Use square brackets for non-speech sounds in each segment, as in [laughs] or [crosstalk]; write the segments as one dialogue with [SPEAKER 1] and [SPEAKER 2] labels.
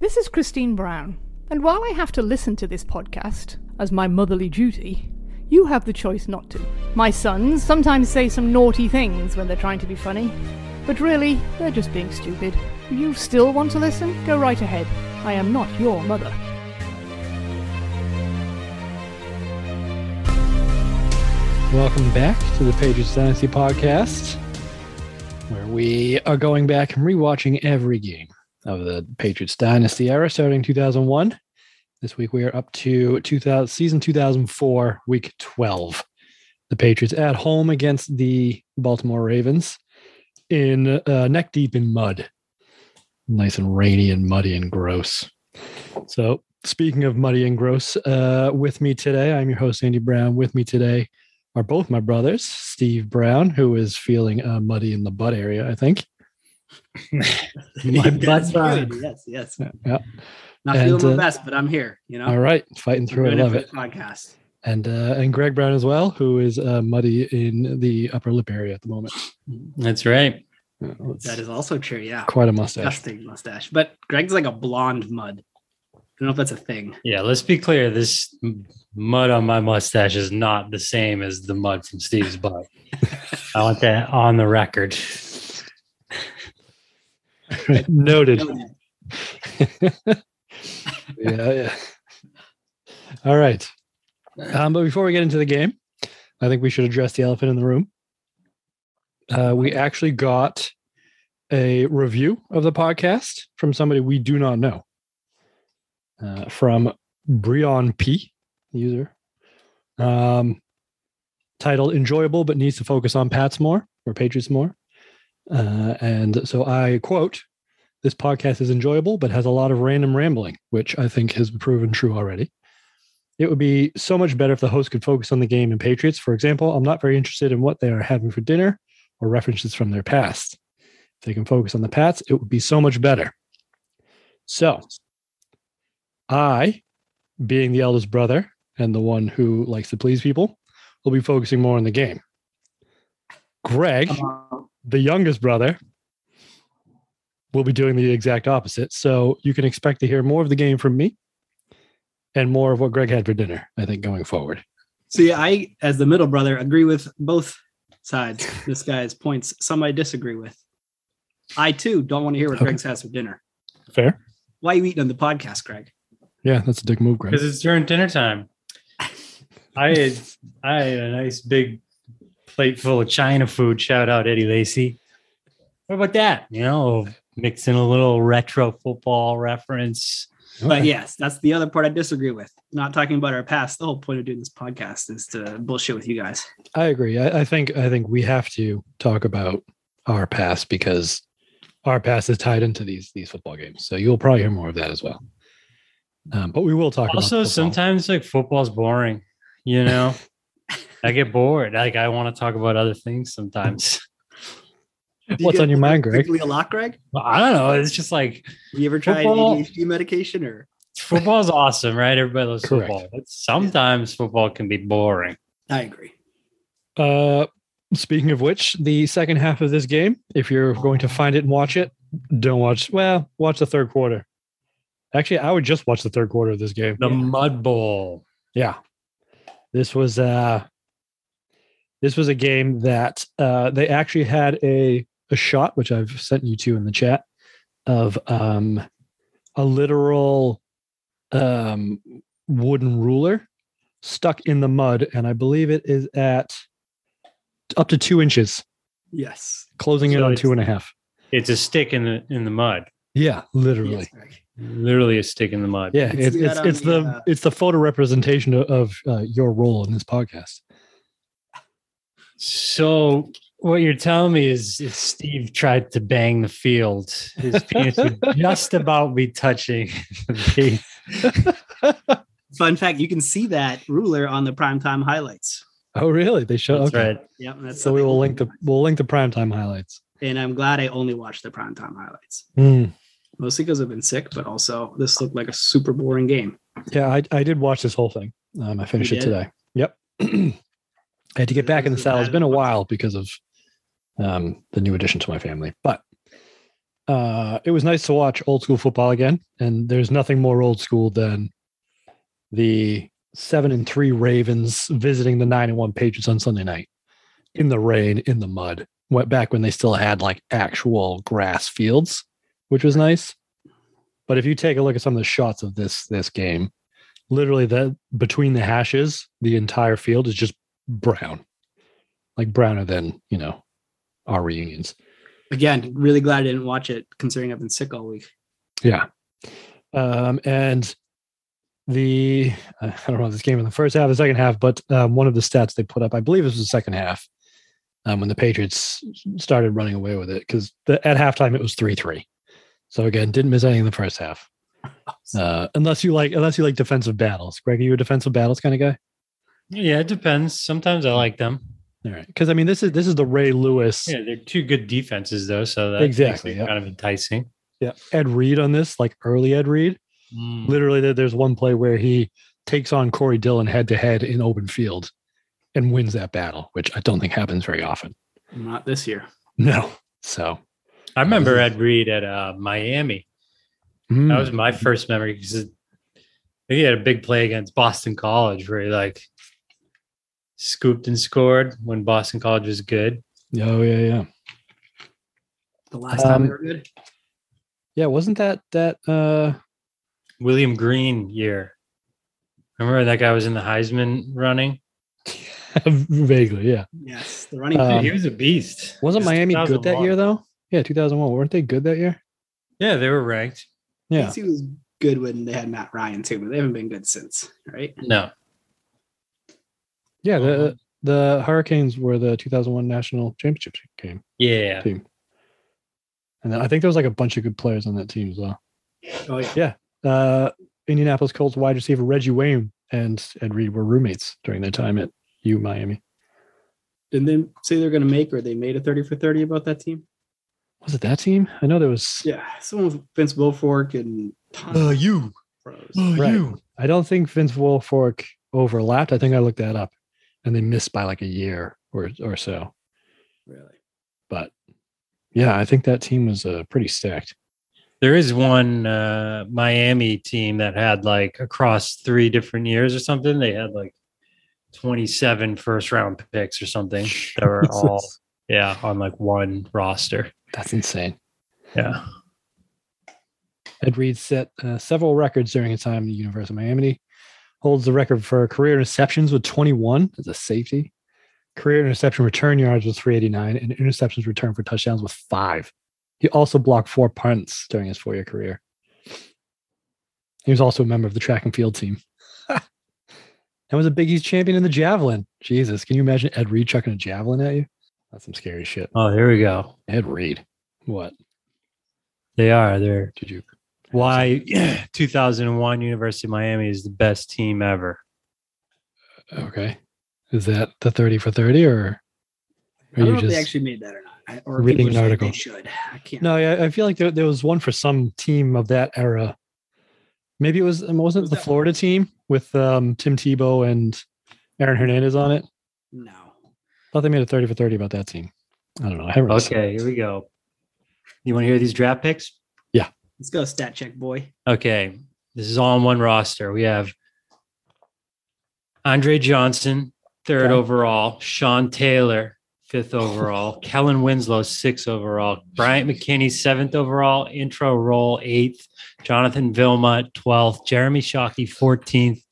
[SPEAKER 1] This is Christine Brown, and while I have to listen to this podcast as my motherly duty, you have the choice not to. My sons sometimes say some naughty things when they're trying to be funny, but really, they're just being stupid. You still want to listen? Go right ahead. I am not your mother.
[SPEAKER 2] Welcome back to the Patriots Dynasty podcast, where we are going back and rewatching every game of the Patriots Dynasty era starting 2001. This week we are up to 2000, season 2004, week 12. The Patriots at home against the Baltimore Ravens in uh, neck deep in mud. Nice and rainy and muddy and gross. So, speaking of muddy and gross, uh, with me today, I'm your host, Andy Brown. With me today, are both my brothers, Steve Brown, who is feeling uh, muddy in the butt area, I think.
[SPEAKER 3] My butt's good. Yes, yes.
[SPEAKER 2] Yeah.
[SPEAKER 3] Not
[SPEAKER 2] And,
[SPEAKER 3] feeling
[SPEAKER 2] uh,
[SPEAKER 3] my best, but I'm here. You know,
[SPEAKER 2] All right, fighting
[SPEAKER 3] I'm
[SPEAKER 2] through. I
[SPEAKER 3] doing
[SPEAKER 2] love
[SPEAKER 3] for
[SPEAKER 2] it.
[SPEAKER 3] the podcast.
[SPEAKER 2] And uh, and Greg Brown as well, who is uh, muddy in the upper lip area at the moment.
[SPEAKER 4] That's right.
[SPEAKER 2] Uh, it's
[SPEAKER 3] That is also true. Yeah,
[SPEAKER 2] quite a mustache.
[SPEAKER 3] disgusting mustache. But Greg's like a blonde mud. I don't know if that's a thing.
[SPEAKER 4] Yeah, let's be clear. This m- mud on my mustache is not the same as the mud from Steve's butt. I want that on the record.
[SPEAKER 2] [laughs] Noted. [laughs] yeah, yeah. All right. Um, but before we get into the game, I think we should address the elephant in the room. Uh, we actually got a review of the podcast from somebody we do not know, uh, from Brion P, user, um, titled "Enjoyable but needs to focus on Pats more or Patriots more." Uh, and so I quote this podcast is enjoyable, but has a lot of random rambling, which I think has proven true already. It would be so much better if the host could focus on the game and Patriots. For example, I'm not very interested in what they are having for dinner or references from their past. If they can focus on the Pats, it would be so much better. So, I, being the eldest brother and the one who likes to please people, will be focusing more on the game. Greg
[SPEAKER 3] Um,
[SPEAKER 2] the youngest brother will be doing the exact opposite. So you can expect to hear more of the game from me and more of what Greg had for dinner, I think, going forward.
[SPEAKER 3] See, I, as the middle brother, agree with both sides. This guy's points. Some I disagree with. I too don't want to hear what
[SPEAKER 2] Okay.
[SPEAKER 3] Greg's has for dinner.
[SPEAKER 2] Fair.
[SPEAKER 3] Why are you eating on the podcast, Greg?
[SPEAKER 2] Yeah, that's a dick move, Greg.
[SPEAKER 4] Because it's during dinner time. I had I had a nice big plate full of China food. Shout out Eddie Lacey. What about that? You know, mixing a little retro football reference.
[SPEAKER 3] But
[SPEAKER 2] Okay.
[SPEAKER 3] yes, that's the other part I disagree with. Not talking about our past. The whole point of doing this podcast is to bullshit with you guys.
[SPEAKER 2] I agree. I, I think I think we have to talk about our past because our past is tied into these these football games. So you'll probably hear more of that as well. Um, but we will talk about
[SPEAKER 4] also
[SPEAKER 2] football.
[SPEAKER 4] sometimes like football's boring
[SPEAKER 2] [laughs]
[SPEAKER 4] you know i get bored like i want to talk about other things sometimes
[SPEAKER 3] Do
[SPEAKER 2] What's
[SPEAKER 3] get
[SPEAKER 2] on your mind, Greg?
[SPEAKER 3] particularly a lot, Greg?
[SPEAKER 4] But i don't know it's just like
[SPEAKER 3] Have you ever tried
[SPEAKER 4] Football-
[SPEAKER 3] ADHD medication or?
[SPEAKER 4] football's awesome right everybody loves
[SPEAKER 2] Correct.
[SPEAKER 4] football but sometimes football can be boring
[SPEAKER 3] I agree.
[SPEAKER 2] Uh, speaking of which, the second half of this game, if you're going to find it and watch it, don't watch. Well, watch the third quarter. Actually, I would just watch the third quarter of this game.
[SPEAKER 4] the mud bowl
[SPEAKER 2] Yeah, this was uh, this was a game that uh, they actually had a a shot, which I've sent you to in the chat, of um, a literal um wooden ruler stuck in the mud, and I believe it is at up to two inches
[SPEAKER 3] Yes.
[SPEAKER 2] closing in
[SPEAKER 4] So
[SPEAKER 2] on
[SPEAKER 4] it's-
[SPEAKER 2] two and a half.
[SPEAKER 4] it's a stick in the in the mud
[SPEAKER 2] Yeah, literally.
[SPEAKER 3] Yes, Greg.
[SPEAKER 4] literally a stick in the mud
[SPEAKER 2] Yeah,
[SPEAKER 3] It's
[SPEAKER 2] it's
[SPEAKER 3] got
[SPEAKER 2] it's,
[SPEAKER 3] on
[SPEAKER 2] it's the
[SPEAKER 3] the, uh,
[SPEAKER 2] it's the photo representation of, of uh, your role in this podcast.
[SPEAKER 4] so what you're telling me is if steve tried to bang the field
[SPEAKER 2] [laughs]
[SPEAKER 4] his penis would just about be touching [laughs] the
[SPEAKER 3] Fun fact: you can see that ruler on the primetime highlights.
[SPEAKER 2] Oh, really? They show
[SPEAKER 4] That's
[SPEAKER 2] okay.
[SPEAKER 4] right.
[SPEAKER 3] Yep. That's
[SPEAKER 2] So we will link the we'll link the primetime highlights.
[SPEAKER 3] And I'm glad I only watched the primetime highlights,
[SPEAKER 2] Mm.
[SPEAKER 3] mostly because I've been sick, but also this looked like a super boring game.
[SPEAKER 2] Yeah, I, I did watch this whole thing. Um, I finished
[SPEAKER 3] You
[SPEAKER 2] it
[SPEAKER 3] did?
[SPEAKER 2] today. Yep. I had to get back in the
[SPEAKER 3] Is it
[SPEAKER 2] saddle. It's
[SPEAKER 3] bad
[SPEAKER 2] been a
[SPEAKER 3] enough?
[SPEAKER 2] while because of um, the new addition to my family, but uh, it was nice to watch old school football again. And there's nothing more old school than the seven and three Ravens visiting the nine and one Patriots on Sunday night in the rain, in the mud. Went back when they still had like actual grass fields, which was nice. But if you take a look at some of the shots of this this game, literally the between the hashes, the entire field is just brown, like browner than you know our reunions.
[SPEAKER 3] Again, really glad I didn't watch it considering I've been sick all week.
[SPEAKER 2] Yeah. Um, and the [laughs] I don't know this game in the first half, the second half, but um, one of the stats they put up, I believe, this was the second half um, when the Patriots started running away with it because at halftime it was three three. So again, didn't miss anything in the first half, uh, unless you like unless you like defensive battles. Greg, are you a defensive battles kind of guy?
[SPEAKER 4] Yeah, it depends. Sometimes I like them.
[SPEAKER 2] All right, because I mean this is this is the Ray Lewis.
[SPEAKER 4] Yeah, they're two good defenses though, so that's
[SPEAKER 2] Exactly, yeah.
[SPEAKER 4] kind of enticing.
[SPEAKER 2] yeah, Ed Reed on this, like early Ed Reed.
[SPEAKER 4] Mm.
[SPEAKER 2] literally there- there's one play where he takes on corey dillon head to head in open field and wins that battle which i don't think happens very often [laughs]
[SPEAKER 3] Not this year.
[SPEAKER 2] no so
[SPEAKER 4] I remember Ed Reed at uh, Miami.
[SPEAKER 2] mm,
[SPEAKER 4] That was my first memory because he had a big play against Boston College where he like scooped and scored when Boston College was good.
[SPEAKER 2] oh yeah yeah
[SPEAKER 3] The last time
[SPEAKER 2] Um,
[SPEAKER 3] we were good.
[SPEAKER 2] yeah wasn't that that uh [laughs]
[SPEAKER 4] William Green year. Remember that guy was in the Heisman running?
[SPEAKER 2] vaguely yeah
[SPEAKER 3] Yes, the running
[SPEAKER 2] Um,
[SPEAKER 4] he was a beast.
[SPEAKER 2] wasn't
[SPEAKER 4] It was
[SPEAKER 2] miami good that
[SPEAKER 4] 2001.
[SPEAKER 2] year though yeah 2001 weren't they good that year
[SPEAKER 4] Yeah, they were ranked.
[SPEAKER 2] yeah
[SPEAKER 3] He was good when they had Matt Ryan too, but they haven't been good since, right?
[SPEAKER 4] No.
[SPEAKER 2] yeah
[SPEAKER 4] Uh-huh.
[SPEAKER 2] the the hurricanes were the 2001 national championship game
[SPEAKER 4] Yeah.
[SPEAKER 2] and then i think there was like a bunch of good players on that team as well
[SPEAKER 3] Oh yeah.
[SPEAKER 2] uh, Indianapolis Colts wide receiver Reggie Wayne and Ed Reed were roommates during their time at U Miami.
[SPEAKER 3] Didn't they say they're gonna make or they made a 30 for 30 about that team?
[SPEAKER 2] Was it that team? I know there was.
[SPEAKER 3] Yeah. Someone with Vince Wilfork and tons
[SPEAKER 2] Uh,
[SPEAKER 3] of
[SPEAKER 4] you.
[SPEAKER 3] pros.
[SPEAKER 2] Right. I don't think Vince Wilfork overlapped. I think I looked that up, and they missed by like a year or or so.
[SPEAKER 3] Really.
[SPEAKER 2] But yeah, I think that team was uh, pretty stacked.
[SPEAKER 4] There is one uh, Miami team that had like across three different years or something. They had like 27 first round picks or something that were all,
[SPEAKER 2] Jesus.
[SPEAKER 4] yeah, on like one roster.
[SPEAKER 2] That's insane.
[SPEAKER 4] Yeah.
[SPEAKER 2] Ed Reed set uh, several records during his time at the University of Miami. Holds the record for career interceptions with 21 as a safety, career interception return yards with 389, and interceptions return for touchdowns with five. He also blocked four punts during his four-year career. He was also a member of the track and field team. [laughs] and was a Big East champion in the javelin. Jesus, can you imagine Ed Reed chucking a javelin at you? That's some scary shit.
[SPEAKER 4] Oh, here we go.
[SPEAKER 2] Ed Reed. What
[SPEAKER 4] They are. They're
[SPEAKER 2] did you?
[SPEAKER 4] why [clears throat] 2001 University of Miami is the best team ever.
[SPEAKER 2] Okay. Is that the 30 for 30 or
[SPEAKER 3] I
[SPEAKER 2] are
[SPEAKER 3] don't
[SPEAKER 2] you
[SPEAKER 3] know if
[SPEAKER 2] just
[SPEAKER 3] they actually made that or not. I- Or
[SPEAKER 2] reading
[SPEAKER 3] people
[SPEAKER 2] an
[SPEAKER 3] just
[SPEAKER 2] article?
[SPEAKER 3] think They should. I can't.
[SPEAKER 2] No, yeah, I feel like there, there was one for some team of that era. Maybe it was um, wasn't it
[SPEAKER 3] Was
[SPEAKER 2] the
[SPEAKER 3] that-
[SPEAKER 2] Florida team with um, Tim Tebow and Aaron Hernandez on it. I
[SPEAKER 3] No.
[SPEAKER 2] thought they made a 30 for 30 about that team. I don't know. I haven't really seen-
[SPEAKER 4] Okay, here we go. You want to hear these draft picks?
[SPEAKER 3] Let's go stat check, boy.
[SPEAKER 4] Okay. This is all on one roster. We have Andre Johnson, third
[SPEAKER 2] Okay.
[SPEAKER 4] overall, Sean Taylor, fifth overall, Kellen Winslow, sixth overall, Bryant McKinney, seventh overall, intro roll, eighth, Jonathan Vilma, 12th, Jeremy Shockey, 14th,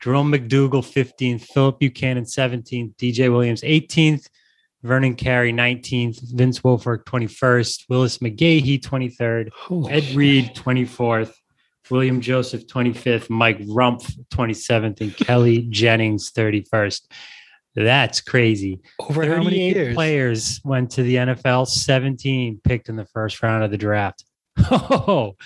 [SPEAKER 4] Jerome McDougal, 15th, Philip Buchanan, 17th, DJ Williams, 18th, Vernon Carey, 19th, Vince Wilfork, 21st, Willis McGahee, 23rd,
[SPEAKER 2] Holy
[SPEAKER 4] Ed
[SPEAKER 2] shit.
[SPEAKER 4] Reed, 24th. William Joseph, 25th. Mike Rumpf, 27th. And Kelly Jennings, 31st. That's crazy.
[SPEAKER 2] over how many
[SPEAKER 4] 38
[SPEAKER 2] years?
[SPEAKER 4] players went to the NFL, 17 picked in the first round of the draft. [laughs] Oh,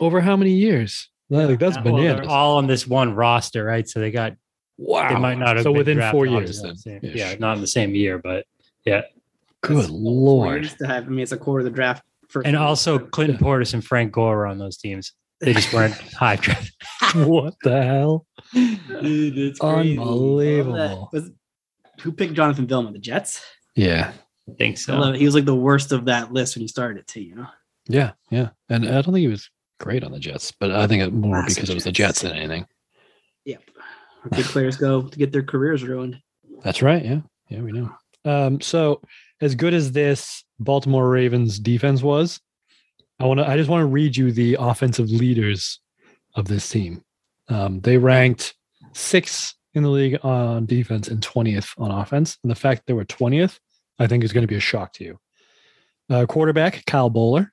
[SPEAKER 2] Over how many years? Like, that's
[SPEAKER 4] well, they're
[SPEAKER 2] bananas.
[SPEAKER 4] all on this one roster, right? So they got,
[SPEAKER 2] wow.
[SPEAKER 4] they might not have
[SPEAKER 2] Ah, so
[SPEAKER 4] been
[SPEAKER 2] within
[SPEAKER 4] drafted
[SPEAKER 2] four
[SPEAKER 4] all
[SPEAKER 2] years.
[SPEAKER 4] in
[SPEAKER 2] Then.
[SPEAKER 4] the same-
[SPEAKER 2] Ish.
[SPEAKER 4] Yeah, not in the same year, but
[SPEAKER 2] Good
[SPEAKER 3] Four
[SPEAKER 2] lord.
[SPEAKER 3] years To have, I mean, it's a quarter of the draft. First
[SPEAKER 4] and
[SPEAKER 3] round.
[SPEAKER 4] also Clinton Portis and Frank Gore were on those teams. They
[SPEAKER 2] [laughs]
[SPEAKER 4] just weren't high draft. [laughs]
[SPEAKER 2] what the hell?
[SPEAKER 3] [laughs] Dude, it's
[SPEAKER 2] crazy. Unbelievable.
[SPEAKER 3] All that- was- Who picked Jonathan Vilma? The Jets?
[SPEAKER 2] Yeah.
[SPEAKER 4] I think
[SPEAKER 3] I love
[SPEAKER 4] so.
[SPEAKER 3] it. He was like the worst of that list when he started it, too, you know?
[SPEAKER 2] Yeah, yeah. And I don't think he was great on the Jets, but I think it more
[SPEAKER 3] Classic
[SPEAKER 2] because it was the
[SPEAKER 3] Jets.
[SPEAKER 2] Jets than anything.
[SPEAKER 3] Yep.
[SPEAKER 2] [laughs]
[SPEAKER 3] Where good players go to get their careers ruined.
[SPEAKER 2] That's right. Yeah. Yeah, we know. Um, so as good as this Baltimore Ravens defense was, I want to I just want to read you the offensive leaders of this team. Um, they ranked sixth in the league on defense and 20th on offense. And the fact they were 20th, I think is going to be a shock to you. Uh, quarterback, Kyle Bowler,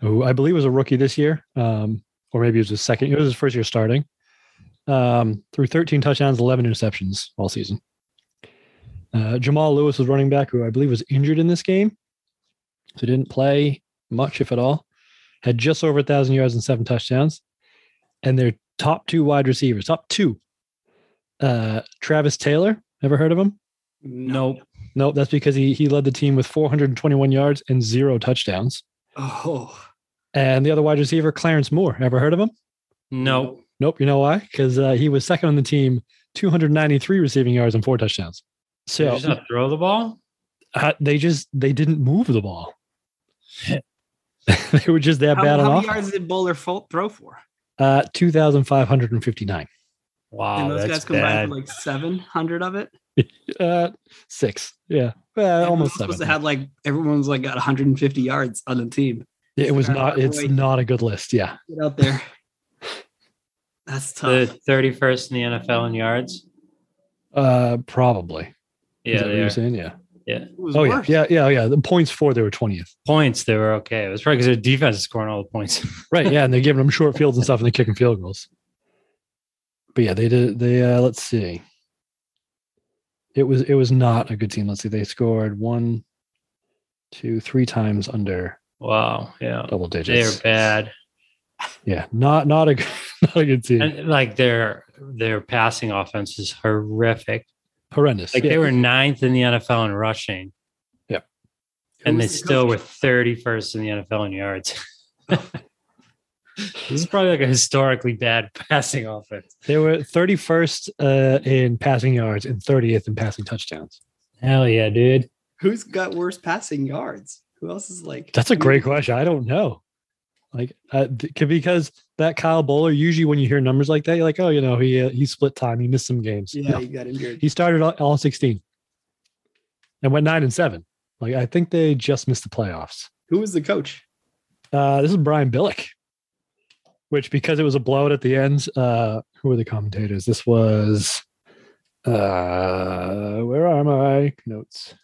[SPEAKER 2] who I believe was a rookie this year, um, or maybe it was his second, it was his first year starting, um, through 13 touchdowns, 11 interceptions all season. Uh, Jamal Lewis was running back, who I believe was injured in this game. So didn't play much, if at all. Had just over 1,000 yards and seven touchdowns. And their top two wide receivers, top two. Uh, Travis Taylor, ever heard of him?
[SPEAKER 4] Nope.
[SPEAKER 2] Nope, that's because he he led the team with 421 yards and zero touchdowns.
[SPEAKER 3] Oh.
[SPEAKER 2] And the other wide receiver, Clarence Moore. Ever heard of him?
[SPEAKER 4] Nope.
[SPEAKER 2] Nope. You know why? Because uh, he was second on the team, 293 receiving yards and four touchdowns.
[SPEAKER 4] Did you
[SPEAKER 2] So
[SPEAKER 4] just not throw the ball?
[SPEAKER 2] uh, they just they didn't move the ball. [laughs] they were just that
[SPEAKER 3] How,
[SPEAKER 2] bad on
[SPEAKER 3] how
[SPEAKER 2] offense.
[SPEAKER 3] many yards did Bowler fo- throw for?
[SPEAKER 2] Uh, 2,559.
[SPEAKER 4] Wow,
[SPEAKER 3] and those
[SPEAKER 4] Oh, that's
[SPEAKER 3] guys combined
[SPEAKER 4] bad.
[SPEAKER 3] for like 700 of it.
[SPEAKER 2] Uh, six. Yeah. Uh,
[SPEAKER 3] Everyone was
[SPEAKER 2] almost
[SPEAKER 3] supposed
[SPEAKER 2] seven.
[SPEAKER 3] to have like everyone's like got 150 yards on the team.
[SPEAKER 2] it was
[SPEAKER 3] Oh,
[SPEAKER 2] not. It's
[SPEAKER 3] boy.
[SPEAKER 2] not a good list. Yeah.
[SPEAKER 3] Get out there. That's tough.
[SPEAKER 4] the 31st in the NFL in yards.
[SPEAKER 2] Uh, probably. Is
[SPEAKER 4] Yeah,
[SPEAKER 2] that what
[SPEAKER 4] they
[SPEAKER 2] you're
[SPEAKER 4] are.
[SPEAKER 2] saying? Yeah.
[SPEAKER 3] Who was
[SPEAKER 2] Oh yeah.
[SPEAKER 3] worse?
[SPEAKER 2] Yeah. Yeah. Yeah. The points for they were 20th.
[SPEAKER 4] points they were okay. It was probably because their defense is scoring all the points. [laughs]
[SPEAKER 2] Right. Yeah, and they're giving them short fields and stuff, and they're kicking field goals. But yeah, they did. They uh, let's see. It was it was not a good team. Let's see. They scored one, two, three times under
[SPEAKER 4] Wow, yeah,
[SPEAKER 2] double
[SPEAKER 4] they are
[SPEAKER 2] digits.
[SPEAKER 4] bad.
[SPEAKER 2] Yeah, not not a g- not a good [laughs] team.
[SPEAKER 4] And like their their passing offense is horrific.
[SPEAKER 2] Horrendous.
[SPEAKER 4] Like
[SPEAKER 2] yeah.
[SPEAKER 4] they were ninth in the NFL in rushing,
[SPEAKER 3] Who
[SPEAKER 4] and they
[SPEAKER 3] was the
[SPEAKER 4] still were
[SPEAKER 3] coach?
[SPEAKER 4] 31st in the NFL in yards. [laughs] this [laughs] is probably like a historically bad [laughs] passing offense.
[SPEAKER 2] they were thirty first uh, in passing yards and thirtieth in passing touchdowns.
[SPEAKER 4] Hell yeah, dude.
[SPEAKER 3] Who's got worse passing yards? Who else is like?
[SPEAKER 2] That's a great question. I don't know. Like uh, th- c- because that Kyle Bowler. Usually, when you hear numbers like that, you're like, oh, you know, he uh, he split time. He missed some games.
[SPEAKER 3] Yeah,
[SPEAKER 2] No.
[SPEAKER 3] he got injured.
[SPEAKER 2] He started all, all 16 and went nine and seven. Like I think they just missed the playoffs.
[SPEAKER 3] Who was the coach?
[SPEAKER 2] Uh, this is Brian Billick, which because it was a blowout at the end, uh, who were the commentators? This was uh, where are my notes?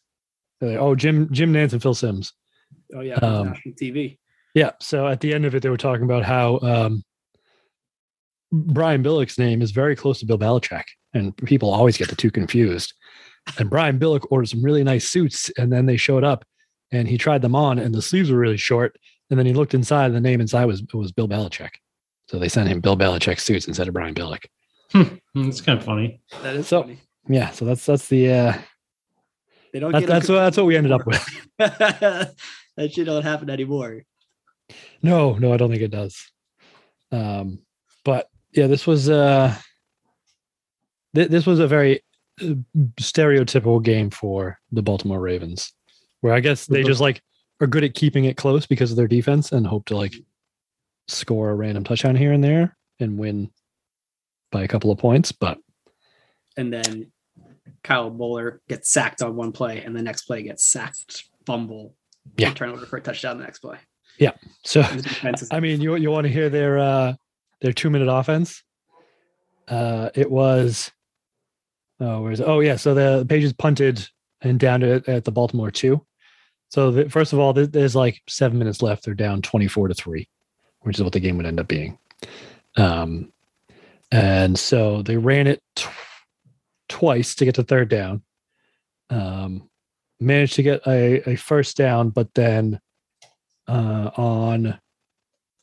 [SPEAKER 2] Uh, Oh, Jim Jim Nance and Phil Sims.
[SPEAKER 3] Oh yeah, it was
[SPEAKER 2] Um,
[SPEAKER 3] national TV.
[SPEAKER 2] Yeah. So at the end of it, they were talking about how um, Brian Billick's name is very close to Bill Belichick, and people always get the two confused. And Brian Billick ordered some really nice suits, and then they showed up, and he tried them on, and the sleeves were really short. And then he looked inside, and the name inside was was Bill Belichick. So they sent him Bill Belichick suits instead of Brian Billick.
[SPEAKER 4] Hmm, It's kind of funny.
[SPEAKER 3] That is
[SPEAKER 2] so-
[SPEAKER 3] funny.
[SPEAKER 2] Yeah. So that's that's the uh,
[SPEAKER 3] They don't
[SPEAKER 2] that,
[SPEAKER 3] get them
[SPEAKER 2] that's what that's what we ended up with.
[SPEAKER 3] [laughs] that shit don't happen anymore.
[SPEAKER 2] No, no, I don't think it does. Um, but yeah, this was uh, th- this was a very uh, stereotypical game for the Baltimore Ravens, where I guess they just like are good at keeping it close because of their defense and hope to like score a random touchdown here and there and win by a couple of points. But [laughs]
[SPEAKER 3] And then Kyle Bowler gets sacked on one play, and the next play gets sacked, fumble,
[SPEAKER 2] Yeah.
[SPEAKER 3] turnover for a touchdown. The next play.
[SPEAKER 2] so
[SPEAKER 3] And the defense is-
[SPEAKER 2] [laughs] I mean, you you want to hear their uh, their two minute offense? Uh, it was oh, where's oh yeah. So the Pages punted and down to at the Baltimore two. So the, first of all, there- there's like seven minutes left. They're down twenty four to three, which is what the game would end up being. Um, and so they ran it tw- twice to get to third down. Um, managed to get a, a first down, but then uh, on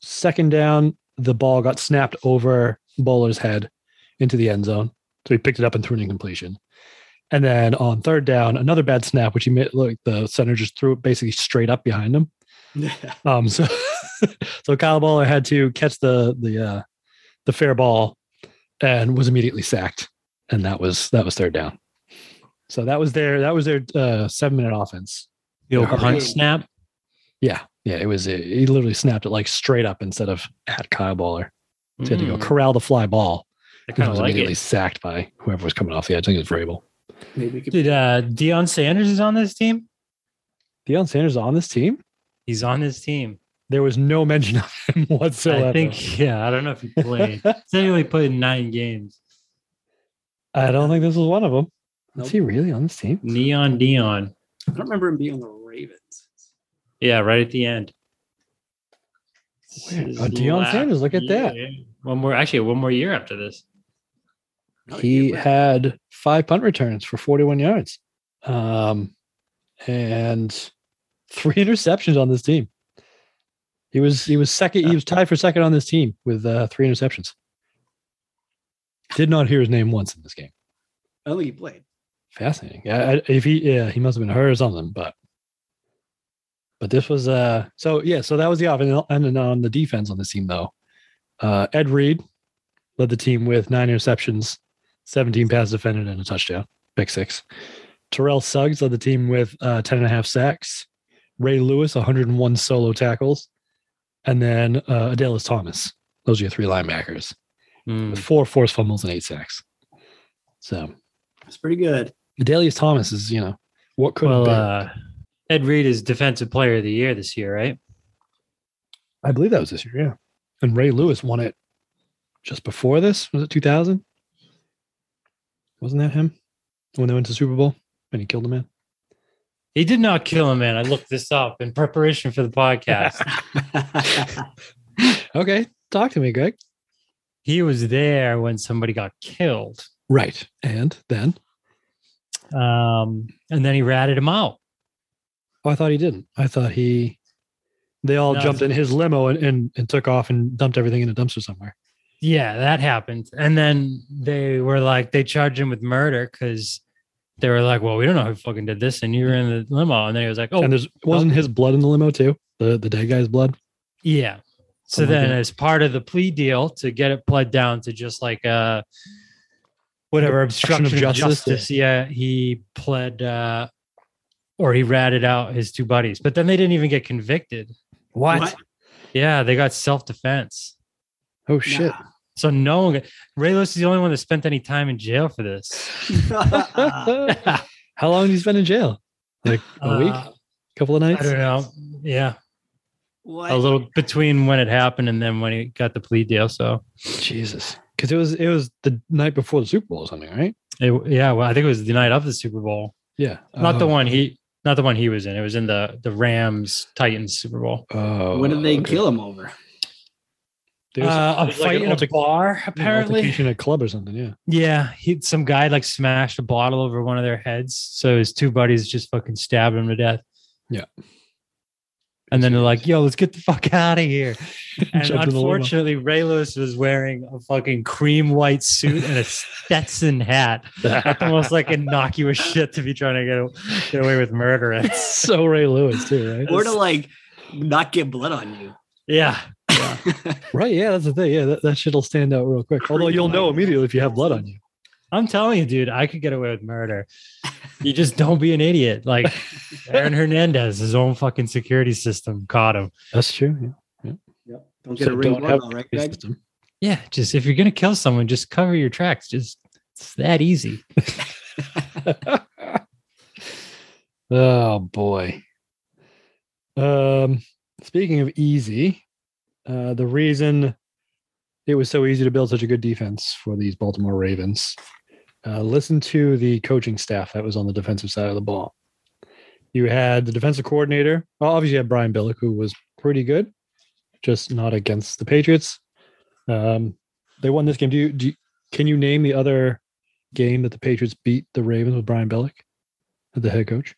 [SPEAKER 2] second down, the ball got snapped over Bowler's head into the end zone. So he picked it up and threw an incompletion. And then on third down, another bad snap, which he made like the center just threw it basically straight up behind him. Um, [laughs] so so Kyle Bowler had to catch the the uh, the fair ball and was immediately sacked, and that was that was third down. So that was their that was their uh, seven minute offense.
[SPEAKER 4] The old
[SPEAKER 2] They're
[SPEAKER 4] punt
[SPEAKER 3] horrific.
[SPEAKER 4] snap.
[SPEAKER 2] Yeah, Yeah, it was. He literally snapped it like straight up instead of at Kyle Baller. So he had to go corral the fly ball.
[SPEAKER 4] Hmm. I
[SPEAKER 2] Which
[SPEAKER 4] kind of
[SPEAKER 2] was
[SPEAKER 4] like
[SPEAKER 2] immediately
[SPEAKER 4] it.
[SPEAKER 2] sacked by whoever was coming off the edge. I think it was Vrabel.
[SPEAKER 3] [laughs] Maybe we could
[SPEAKER 4] Did uh, Deion Sanders is on this team?
[SPEAKER 2] Deion Sanders is on this team.
[SPEAKER 4] He's on this team.
[SPEAKER 2] There was no mention of him [laughs] whatsoever.
[SPEAKER 4] I think, [laughs] yeah, I don't know if he played. Said he only played nine games.
[SPEAKER 2] I don't think this was one of them.
[SPEAKER 3] Nope.
[SPEAKER 2] Is he really on this team?
[SPEAKER 4] Neon Dion.
[SPEAKER 3] I don't remember him being on the Ravens.
[SPEAKER 4] Yeah, right at the end.
[SPEAKER 2] Weird.
[SPEAKER 4] This
[SPEAKER 2] Oh,
[SPEAKER 4] is
[SPEAKER 2] Deion
[SPEAKER 4] last
[SPEAKER 2] Sanders, look at that.
[SPEAKER 4] year. One more, actually, one more year after this.
[SPEAKER 3] Another
[SPEAKER 2] He
[SPEAKER 3] good one.
[SPEAKER 2] had five punt returns for 41 yards, um, and three [laughs] interceptions on this team. He was he was second. He was tied for second on this team with uh, three interceptions. Did not hear his name once in this game.
[SPEAKER 3] I don't think he played.
[SPEAKER 2] Fascinating. Yeah, I- if he yeah he must have been hurt or something, but but this was uh so yeah so that was the offense and then on the defense on this team though. Uh, Ed Reed led the team with nine interceptions, seventeen passes defended, and a touchdown, pick six. Terrell Suggs led the team with uh, ten and a half sacks. Ray Lewis, one hundred and one solo tackles, and then uh, Adelis Thomas. Those are your three linebackers
[SPEAKER 4] Hmm.
[SPEAKER 2] with four forced fumbles and eight sacks. So
[SPEAKER 3] It's
[SPEAKER 2] [laughs]
[SPEAKER 3] pretty good.
[SPEAKER 2] Adelius Thomas is, you know, what could have
[SPEAKER 4] Well,
[SPEAKER 2] been.
[SPEAKER 4] uh, Ed Reed is Defensive Player of the Year this year, right?
[SPEAKER 2] I believe that was this year, yeah. And Ray Lewis won it just before this. Was it 2000? Wasn't that him when they went to Super Bowl and he killed the man?
[SPEAKER 4] He did not kill him, man. I looked this up in preparation for the podcast.
[SPEAKER 2] [laughs] Okay, talk to me, Greg.
[SPEAKER 4] he was there when somebody got killed.
[SPEAKER 2] Right, and then
[SPEAKER 4] Um, and then he ratted him out.
[SPEAKER 2] oh, I thought he didn't. I thought he. They all
[SPEAKER 4] No,
[SPEAKER 2] jumped in his limo and, and, and took off and dumped everything in a dumpster somewhere.
[SPEAKER 4] Yeah, that happened. And then they were like, they charged him with murder because they were like, well, we don't know who fucking did this. And you were in the limo. And then he was like, oh,
[SPEAKER 2] and there's wasn't his blood in the limo too. The the dead guy's blood.
[SPEAKER 4] Yeah. So
[SPEAKER 2] Something like
[SPEAKER 4] then,
[SPEAKER 2] that.
[SPEAKER 4] as part of the plea deal, to get it pled down to just like uh, whatever
[SPEAKER 2] Obstruction
[SPEAKER 4] obstruction
[SPEAKER 2] of
[SPEAKER 4] of
[SPEAKER 2] justice.
[SPEAKER 4] justice, yeah, he pled uh, or he ratted out his two buddies. But then they didn't even get convicted.
[SPEAKER 2] What?
[SPEAKER 3] What?
[SPEAKER 4] Yeah, they got self defense.
[SPEAKER 2] Oh shit!
[SPEAKER 4] So no one. Got, Ray Lewis is the only one that spent any time in jail for this.
[SPEAKER 3] Nah.
[SPEAKER 2] [laughs] How long did he spend in jail? Like a week,
[SPEAKER 4] Uh,
[SPEAKER 2] couple of nights.
[SPEAKER 4] I don't know. Yeah,
[SPEAKER 3] [laughs] what?
[SPEAKER 4] a little between when it happened and then when he got the plea deal. So
[SPEAKER 2] Jesus, because it was it was the night before the Super Bowl or something, right?
[SPEAKER 4] it, yeah, well, I think it was the night of the Super Bowl.
[SPEAKER 2] Yeah,
[SPEAKER 4] not the
[SPEAKER 2] Oh,
[SPEAKER 4] one he not the one he was in it was in the the rams titans super bowl
[SPEAKER 2] Oh,
[SPEAKER 3] What did they
[SPEAKER 2] okay.
[SPEAKER 3] kill him over?
[SPEAKER 2] There was
[SPEAKER 4] Uh, a
[SPEAKER 2] there's
[SPEAKER 4] fight
[SPEAKER 2] an
[SPEAKER 4] in a
[SPEAKER 2] alterc-
[SPEAKER 4] bar
[SPEAKER 2] an
[SPEAKER 4] apparently
[SPEAKER 2] altercation at a club or something. Yeah,
[SPEAKER 4] yeah he some guy like smashed a bottle over one of their heads so his two buddies just fucking stabbed him to death
[SPEAKER 2] Yeah.
[SPEAKER 4] and then they're like yo let's get the fuck out
[SPEAKER 2] [laughs]
[SPEAKER 4] of here and
[SPEAKER 2] Jumped in the limo.
[SPEAKER 4] unfortunately ray lewis was wearing a fucking cream white suit and a stetson hat
[SPEAKER 3] [laughs]
[SPEAKER 4] That's the most like innocuous shit to be trying to get, get away with murder in.
[SPEAKER 2] [laughs] so Ray Lewis too, right?
[SPEAKER 3] Or to like not get blood on you.
[SPEAKER 4] yeah
[SPEAKER 2] right, yeah, that's the thing. Yeah, that, that shit'll stand out real quick. Although you'll know immediately if you have blood on you.
[SPEAKER 4] I'm telling you, dude, I could get away with murder. You just don't be an idiot. [laughs] Like Aaron Hernandez, his own fucking security system caught him.
[SPEAKER 2] That's true. Yeah.
[SPEAKER 3] Yep. Don't get
[SPEAKER 2] So
[SPEAKER 3] a ring
[SPEAKER 2] don't have-
[SPEAKER 3] doorbell, right,
[SPEAKER 2] [laughs]
[SPEAKER 3] Greg?
[SPEAKER 2] System.
[SPEAKER 4] Yeah, just if you're gonna kill someone, just cover your tracks. Just it's that easy.
[SPEAKER 2] Oh boy. Um, speaking of easy, uh, the reason it was so easy to build such a good defense for these Baltimore Ravens, uh, listen to the coaching staff that was on the defensive side of the ball. You had the defensive coordinator. Well, obviously, you had Brian Billick, who was pretty good, just not against the Patriots. Um, they won this game. Do you, do you can you name the other game that the Patriots beat the Ravens with Brian Billick, as the head coach?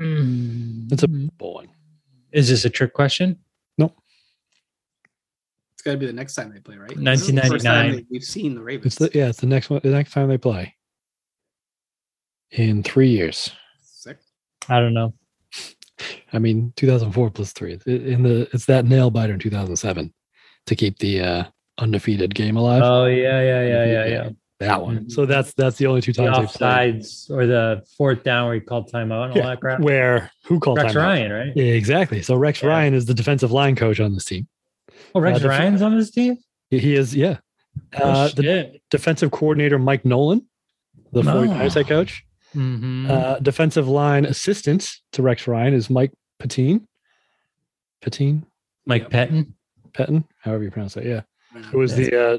[SPEAKER 4] Mm-hmm.
[SPEAKER 2] It's a bowl one.
[SPEAKER 4] Is this a trick question?
[SPEAKER 3] It's got to be the next time they play, right? This is the first
[SPEAKER 4] 1999.
[SPEAKER 3] time that We've seen the Ravens.
[SPEAKER 2] It's the yeah, it's the next one. The next time they play in three years.
[SPEAKER 3] Sick.
[SPEAKER 4] I don't know.
[SPEAKER 2] I mean, 2004 plus three. It- In the it's that nail biter in 2007 to keep the uh, undefeated game alive.
[SPEAKER 4] Oh, yeah, yeah,
[SPEAKER 2] Undefeated game. that one. So that's that's the only two
[SPEAKER 4] The
[SPEAKER 2] times they played.
[SPEAKER 4] offsides or the fourth down where he called timeout and
[SPEAKER 2] Yeah,
[SPEAKER 4] all that crap.
[SPEAKER 2] Where who called
[SPEAKER 4] Rex
[SPEAKER 2] timeout?
[SPEAKER 4] Ryan, right?
[SPEAKER 2] Yeah, exactly. So Rex
[SPEAKER 4] Yeah.
[SPEAKER 2] Ryan is the defensive line coach on this team.
[SPEAKER 4] Oh, Rex
[SPEAKER 2] Uh, the-
[SPEAKER 4] Ryan's on this team.
[SPEAKER 2] He- He is, yeah. Uh,
[SPEAKER 4] oh,
[SPEAKER 2] the defensive coordinator Mike Nolan, the
[SPEAKER 4] Oh.
[SPEAKER 2] 49ers head coach.
[SPEAKER 4] hmm
[SPEAKER 2] Uh, defensive line assistant to Rex Ryan is Mike Patine. Patine,
[SPEAKER 4] Mike Pettin.
[SPEAKER 2] Pettin, however you pronounce it. Yeah, who was the uh,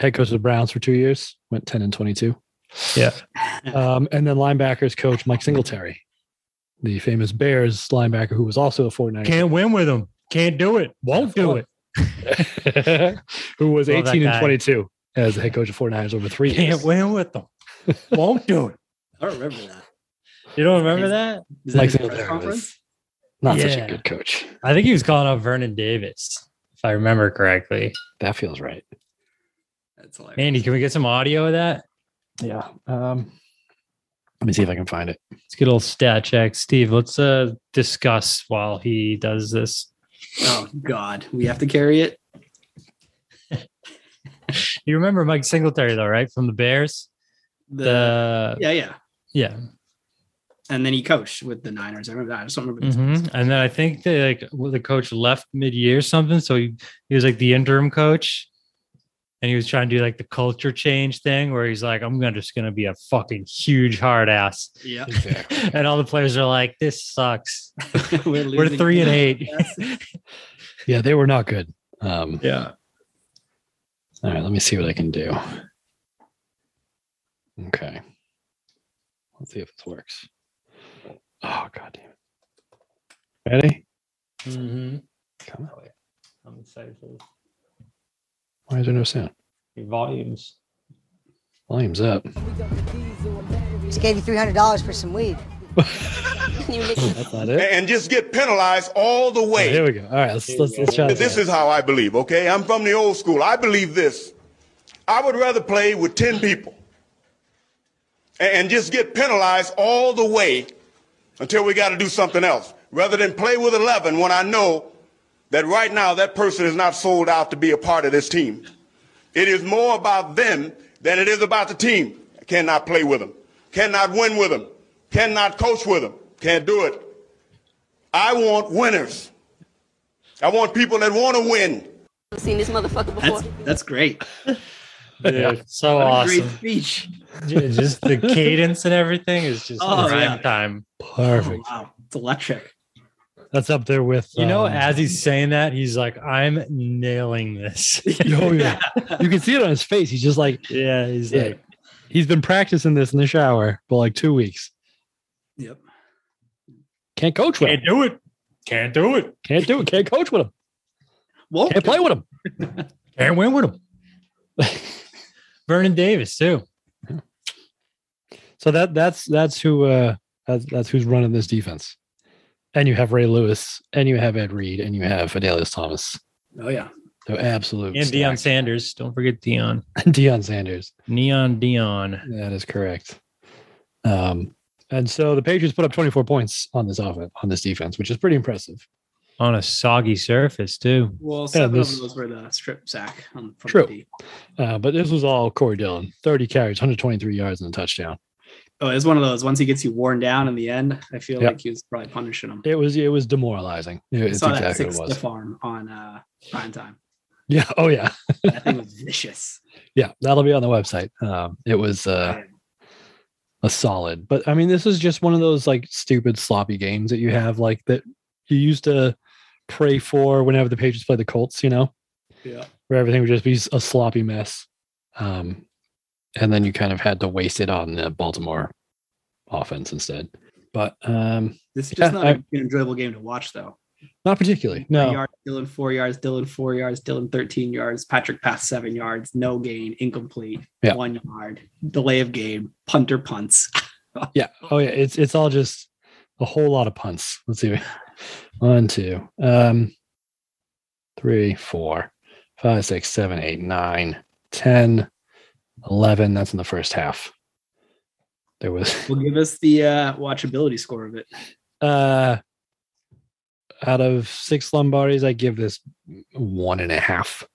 [SPEAKER 2] head coach of the Browns for two years? Went ten and twenty-two.
[SPEAKER 4] Yeah.
[SPEAKER 2] Um, and then linebackers coach Mike Singletary, the famous Bears linebacker who was also a 49ers
[SPEAKER 4] Can't win with him. Can't do it. Won't do it.
[SPEAKER 2] [laughs] who was
[SPEAKER 4] Love that
[SPEAKER 2] 18 and
[SPEAKER 4] guy.
[SPEAKER 2] 22 as the head coach of 49ers over three years.
[SPEAKER 4] Can't win with them. Won't do it.
[SPEAKER 3] I don't remember that.
[SPEAKER 4] You don't remember that?
[SPEAKER 3] Is that
[SPEAKER 2] Mike
[SPEAKER 3] his press
[SPEAKER 2] Singletary
[SPEAKER 3] conference?
[SPEAKER 2] was not such a
[SPEAKER 4] Yeah.
[SPEAKER 2] good coach.
[SPEAKER 4] I think he was calling out Vernon Davis, if I remember correctly.
[SPEAKER 2] That feels right.
[SPEAKER 3] That's hilarious.
[SPEAKER 4] Andy, can we get some audio of that?
[SPEAKER 2] Yeah. Um, let me see if I can find it.
[SPEAKER 4] Let's get a little stat check. Steve, let's uh discuss while he does this.
[SPEAKER 3] Oh God, we have to carry it.
[SPEAKER 4] You remember Mike Singletary though, right? From the Bears?
[SPEAKER 3] The,
[SPEAKER 4] The
[SPEAKER 3] yeah, yeah.
[SPEAKER 4] yeah.
[SPEAKER 3] And then he coached with the Niners. I remember that. I just don't remember.
[SPEAKER 2] Mm-hmm.
[SPEAKER 3] the
[SPEAKER 4] hmm And then I think the like well, the coach left mid year or something. So he, he was like the interim coach. And he was trying to do like the culture change thing where he's like, I'm gonna just gonna be a fucking huge hard ass.
[SPEAKER 2] [laughs]
[SPEAKER 3] Yeah, [laughs]
[SPEAKER 4] [laughs] and all the players are like, This sucks. We're
[SPEAKER 3] losing.
[SPEAKER 4] three and eight.
[SPEAKER 2] [laughs]
[SPEAKER 3] Yes.
[SPEAKER 2] Yeah, they were not good. Um,
[SPEAKER 4] yeah.
[SPEAKER 2] All right, let me see what I can do. Okay. Let's see if this works. Oh, God damn it. Ready?
[SPEAKER 4] Mm-hmm.
[SPEAKER 2] Come
[SPEAKER 4] I'm excited for
[SPEAKER 2] Why is there no sound?
[SPEAKER 4] your volumes.
[SPEAKER 2] Volume's up.
[SPEAKER 5] Just gave you three hundred dollars for some weed. you
[SPEAKER 2] That's not it.
[SPEAKER 6] and just get penalized all the
[SPEAKER 2] There
[SPEAKER 6] way.
[SPEAKER 2] Oh, we go. All right, let's let's, let's try
[SPEAKER 6] This is how I believe, okay? I'm from the old school. I believe this. I would rather play with 10 people and- and just get penalized all the way until we got to do something else rather than play with 11 when I know that right now that person is not sold out to be a part of this team. It is more about them than it is about the team. I cannot play with them, cannot win with them, cannot coach with them, can't do it. I want winners. I want people that want to win.
[SPEAKER 7] seen this motherfucker before.
[SPEAKER 3] That's that's great.
[SPEAKER 4] Dude, [laughs] so
[SPEAKER 3] What a
[SPEAKER 4] awesome.
[SPEAKER 3] Great speech.
[SPEAKER 4] Ju- just [laughs] the cadence and everything is just
[SPEAKER 3] Oh,
[SPEAKER 4] prime
[SPEAKER 3] yeah.
[SPEAKER 4] time.
[SPEAKER 3] Oh,
[SPEAKER 2] Perfect.
[SPEAKER 3] wow, it's electric.
[SPEAKER 2] That's up there with
[SPEAKER 4] You know,
[SPEAKER 2] um,
[SPEAKER 4] as he's saying that, he's like, "I'm nailing this."
[SPEAKER 2] [laughs] oh, yeah. you can see it on his face. He's just like
[SPEAKER 4] yeah, he's
[SPEAKER 2] Yeah.
[SPEAKER 4] like,
[SPEAKER 2] he's been practicing this in the shower for like two weeks.
[SPEAKER 3] Yep.
[SPEAKER 2] Can't coach with him.
[SPEAKER 4] [laughs] "Can't do it, can't do it,
[SPEAKER 2] Can't do it. Can't coach with him.
[SPEAKER 3] Well,
[SPEAKER 2] Can't play with him.
[SPEAKER 4] can't win with [laughs] him." Vernon Davis too.
[SPEAKER 2] So that that's that's who uh that's, that's who's running this defense. And you have Ray Lewis, and you have Ed Reed, and you have Adelius Thomas.
[SPEAKER 3] oh yeah.
[SPEAKER 2] So absolute
[SPEAKER 4] And Deion
[SPEAKER 2] stack.
[SPEAKER 4] Sanders. Don't forget Deion.
[SPEAKER 2] Deion Sanders.
[SPEAKER 4] Neon Deion.
[SPEAKER 2] That is correct. Um, and so the Patriots put up 24 points on this offense on this defense, which is pretty impressive.
[SPEAKER 4] On a soggy surface, too.
[SPEAKER 3] Well, seven
[SPEAKER 2] this-
[SPEAKER 3] of those were the strip sack. On, from
[SPEAKER 2] True.
[SPEAKER 3] The D.
[SPEAKER 2] Uh, but this was all Corey Dillon, 30 carries, 123 yards, and a touchdown.
[SPEAKER 3] Oh, it's one of those. Once he gets you worn down in the end, I feel
[SPEAKER 2] Yep.
[SPEAKER 3] like he was probably punishing him.
[SPEAKER 2] It was it was demoralizing. It-
[SPEAKER 3] I
[SPEAKER 2] It's
[SPEAKER 3] saw that
[SPEAKER 2] exactly
[SPEAKER 3] six
[SPEAKER 2] what it was.
[SPEAKER 3] stiff arm on uh, prime time.
[SPEAKER 2] Yeah. Oh yeah.
[SPEAKER 3] That thing was [laughs] vicious.
[SPEAKER 2] Yeah. That'll be on the website. Um, it was uh, a solid, but I mean, this is just one of those like stupid sloppy games that you have like that you used to pray for whenever the Patriots play the Colts. You know,
[SPEAKER 3] Yeah.
[SPEAKER 2] where everything would just be a sloppy mess. Um, and then you kind of had to waste it on the Baltimore offense instead. But um,
[SPEAKER 3] This is
[SPEAKER 2] Yeah,
[SPEAKER 3] just not
[SPEAKER 2] I-
[SPEAKER 3] an enjoyable game to watch, though.
[SPEAKER 2] not particularly.
[SPEAKER 3] Three
[SPEAKER 2] No.
[SPEAKER 3] yards, Dylan four yards, Dylan four yards, Dylan 13 yards, Patrick pass seven yards, no gain, incomplete,
[SPEAKER 2] Yeah.
[SPEAKER 3] one yard, delay of game, punter punts.
[SPEAKER 2] Yeah. Oh yeah. It's it's all just a whole lot of punts. Let's see. [laughs] One, two, um, three, four, five, six, seven, eight, nine, ten, eleven. That's in the first half. There was [laughs]
[SPEAKER 3] Well, give us the uh, watchability score of it.
[SPEAKER 2] uh out of six Lombardis, I give this one and a half.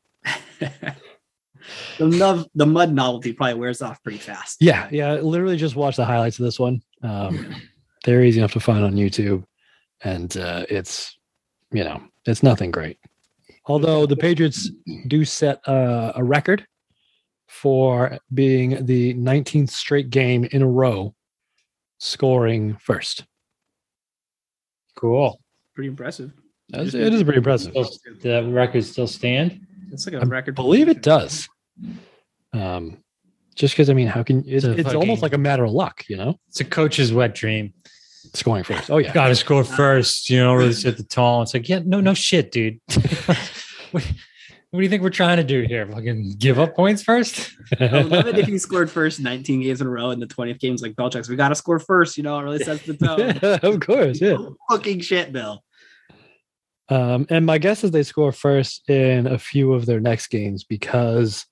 [SPEAKER 3] The, nov- the mud novelty probably wears off pretty fast.
[SPEAKER 2] Yeah, yeah. Literally just watch the highlights of this one.
[SPEAKER 4] [clears throat]
[SPEAKER 2] Um, they're easy enough to find on YouTube, and uh, it's you know it's nothing great. Although the Patriots do set uh, a record for being the 19th straight game in a row scoring first.
[SPEAKER 4] Cool.
[SPEAKER 3] Pretty impressive.
[SPEAKER 2] That's, it is pretty impressive.
[SPEAKER 4] Does the record still stand?
[SPEAKER 3] That's like a
[SPEAKER 2] I
[SPEAKER 3] record.
[SPEAKER 2] believe it does. Um, just because I mean, how can it's,
[SPEAKER 4] a
[SPEAKER 2] it's almost
[SPEAKER 4] fucking-
[SPEAKER 2] like a matter of luck, you know,
[SPEAKER 4] It's a coach's wet dream.
[SPEAKER 2] scoring first. Oh yeah,
[SPEAKER 4] Got to score first, you know, really set the tone. It's like, yeah, no, no shit, dude. [laughs] what, what do you think we're trying to do here? Fucking give up
[SPEAKER 2] [laughs]
[SPEAKER 4] points first?
[SPEAKER 3] I would love it if he scored first 19 games in a row and the 20th game's like Belichick's. We got to score first. You know, it really sets the tone.
[SPEAKER 2] [laughs] of course, yeah.
[SPEAKER 3] Fucking shit, Bill.
[SPEAKER 2] Um, and my guess is they score first in a few of their next games because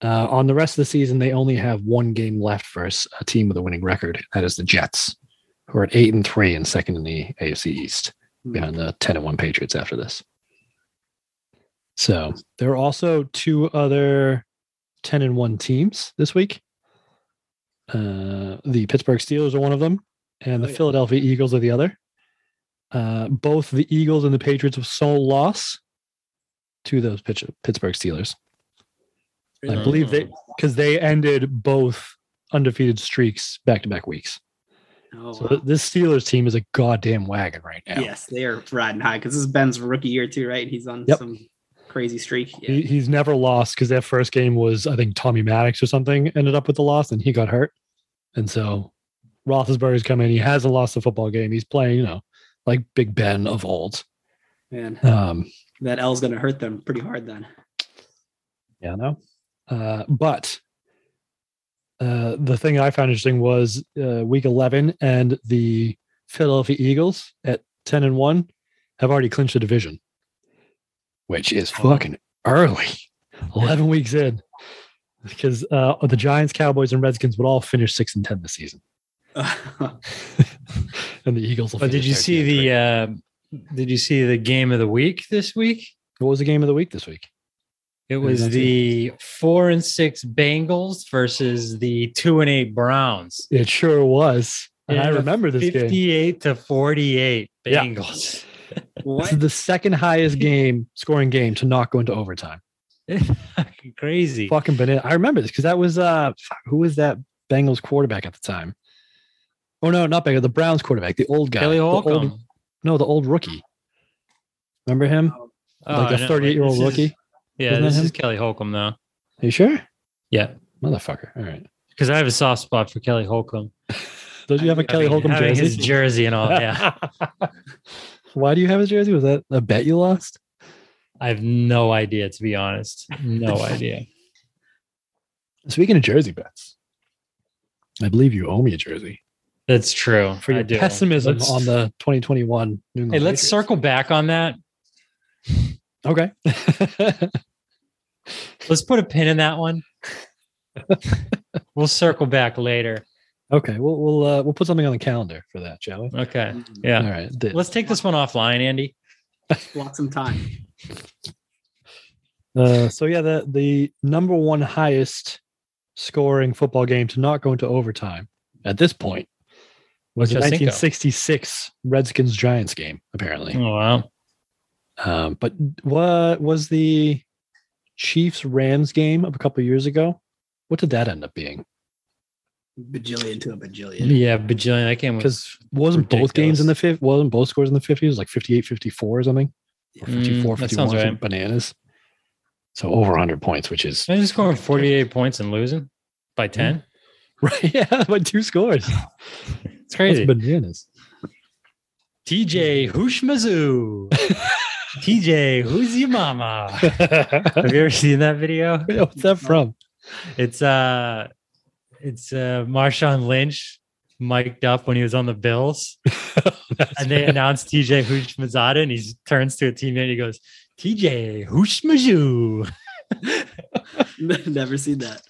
[SPEAKER 2] uh, on the rest of the season they only have one game left versus a team with a winning record. That is the Jets, who are at eight and three and second in the AFC East,
[SPEAKER 3] Hmm.
[SPEAKER 2] behind the ten and one Patriots after this. So there are also two other ten and one teams this week. Uh, the Pittsburgh Steelers are one of them, and the
[SPEAKER 3] Oh, yeah.
[SPEAKER 2] Philadelphia Eagles are the other uh, both the Eagles and the Patriots have sole loss to those Pitch- Pittsburgh Steelers. I believe they because they ended both undefeated streaks back to back weeks.
[SPEAKER 3] Oh,
[SPEAKER 2] So
[SPEAKER 3] wow.
[SPEAKER 2] th- this Steelers team is a goddamn wagon right now.
[SPEAKER 3] Yes, they are riding high because this is Ben's rookie year too, right? He's on
[SPEAKER 2] Yep.
[SPEAKER 3] some crazy streak. Yeah.
[SPEAKER 2] He, he's never lost because that first game was I think Tommy Maddox or something ended up with the loss and he got hurt, and so Roethlisberger's come in. He hasn't lost a football game. He's playing you know like Big Ben of old.
[SPEAKER 3] Man,
[SPEAKER 2] Um,
[SPEAKER 3] that L's going to hurt them pretty hard then. [laughs]
[SPEAKER 2] Yeah, no. Uh, but uh, the thing I found interesting was uh, week 11 and the Philadelphia Eagles at 10 and 1 have already clinched the division, which is fucking early. 11 weeks in. Because uh, the Giants, Cowboys, and Redskins would all finish 6 and 10 this [laughs] season. And the Eagles will
[SPEAKER 4] But did you see the uh, did you see the game of the week this week?
[SPEAKER 2] uh, What was the game of the week this week?
[SPEAKER 4] It
[SPEAKER 2] Maybe
[SPEAKER 4] was
[SPEAKER 2] that's it.
[SPEAKER 4] the four and six Bengals versus the two and eight Browns.
[SPEAKER 2] It sure was. And I
[SPEAKER 4] Yeah,
[SPEAKER 2] remember this game.
[SPEAKER 4] Fifty-eight to forty-eight
[SPEAKER 2] Yeah.
[SPEAKER 4] Bengals. [laughs]
[SPEAKER 2] This
[SPEAKER 3] what?
[SPEAKER 2] is the second [laughs] highest game scoring game to not go into overtime.
[SPEAKER 4] Fucking Crazy.
[SPEAKER 2] Fucking banana. I remember this because that was uh fuck, who was that Bengals quarterback at the time? Oh no, not Bengals, the Browns quarterback, the old guy.
[SPEAKER 4] Kelly
[SPEAKER 2] the old-
[SPEAKER 4] Holcomb.
[SPEAKER 2] no, the old rookie. Remember him?
[SPEAKER 4] Oh, I
[SPEAKER 2] like
[SPEAKER 4] know.
[SPEAKER 2] the 38 year old
[SPEAKER 4] This is-
[SPEAKER 2] rookie.
[SPEAKER 4] Yeah,
[SPEAKER 2] Wasn't that
[SPEAKER 4] this is
[SPEAKER 2] him?
[SPEAKER 4] Kelly Holcomb though.
[SPEAKER 2] Are you sure?
[SPEAKER 4] Yeah.
[SPEAKER 2] Motherfucker. All right.
[SPEAKER 4] Because I have a soft spot for Kelly Holcomb.
[SPEAKER 2] Don't you have a Kelly
[SPEAKER 4] Having-
[SPEAKER 2] Holcomb
[SPEAKER 4] having
[SPEAKER 2] jersey?
[SPEAKER 4] his jersey
[SPEAKER 2] [laughs]
[SPEAKER 4] and all. Yeah,
[SPEAKER 2] Why do you have his jersey? Was that a bet you lost?
[SPEAKER 4] I have no idea to be honest.
[SPEAKER 2] [laughs]
[SPEAKER 4] No idea.
[SPEAKER 2] Speaking of jersey bets, I believe you owe me a jersey
[SPEAKER 4] That's true.
[SPEAKER 2] for your
[SPEAKER 4] I do.
[SPEAKER 2] pessimism
[SPEAKER 4] Let's-
[SPEAKER 2] on the 2021 New England
[SPEAKER 4] Hey, let's
[SPEAKER 2] Patriots.
[SPEAKER 4] circle back on that.
[SPEAKER 2] Okay. [laughs]
[SPEAKER 4] Let's put a pin in that one. we'll circle back later.
[SPEAKER 2] okay. We'll we'll uh, we'll put something on the calendar for that, shall we?
[SPEAKER 4] Okay. Yeah.
[SPEAKER 2] All right. The-
[SPEAKER 4] Let's take this one offline, Andy.
[SPEAKER 3] Block some time.
[SPEAKER 2] Uh, so yeah, the the number one highest scoring football game to not go into overtime at this point was the
[SPEAKER 4] Jocinco.
[SPEAKER 2] 1966 Redskins Giants game, apparently.
[SPEAKER 4] Oh wow. Hmm.
[SPEAKER 2] Um, but what was the Chiefs Rams game of a couple years ago? What did that end up being?
[SPEAKER 3] Bajillion to a bajillion.
[SPEAKER 4] Yeah, bajillion. That game was
[SPEAKER 2] Because wasn't both games in the fifth? Wasn't both scores in the 50s? Like 58, 54 or something?
[SPEAKER 4] Mm,
[SPEAKER 2] 54,
[SPEAKER 4] that
[SPEAKER 2] 51
[SPEAKER 4] sounds
[SPEAKER 2] some
[SPEAKER 4] right.
[SPEAKER 2] bananas. So over 100 points, which is [laughs]
[SPEAKER 4] Imagine scoring 48 points and losing by 10.
[SPEAKER 2] right. Yeah, by two scores.
[SPEAKER 4] It's
[SPEAKER 2] That's
[SPEAKER 4] crazy.
[SPEAKER 2] bananas.
[SPEAKER 4] TJ Hushmazoo. TJ, who's your mama? Have
[SPEAKER 2] What's
[SPEAKER 4] you ever seen that video?
[SPEAKER 2] that from?
[SPEAKER 4] It's uh it's uh Marshawn Lynch mic'd up when he was on the Bills. and they announced TJ Hushmazada, and he turns to a teammate and he goes, TJ Hushmazoo.
[SPEAKER 3] [laughs]
[SPEAKER 4] [laughs]
[SPEAKER 3] Never seen that.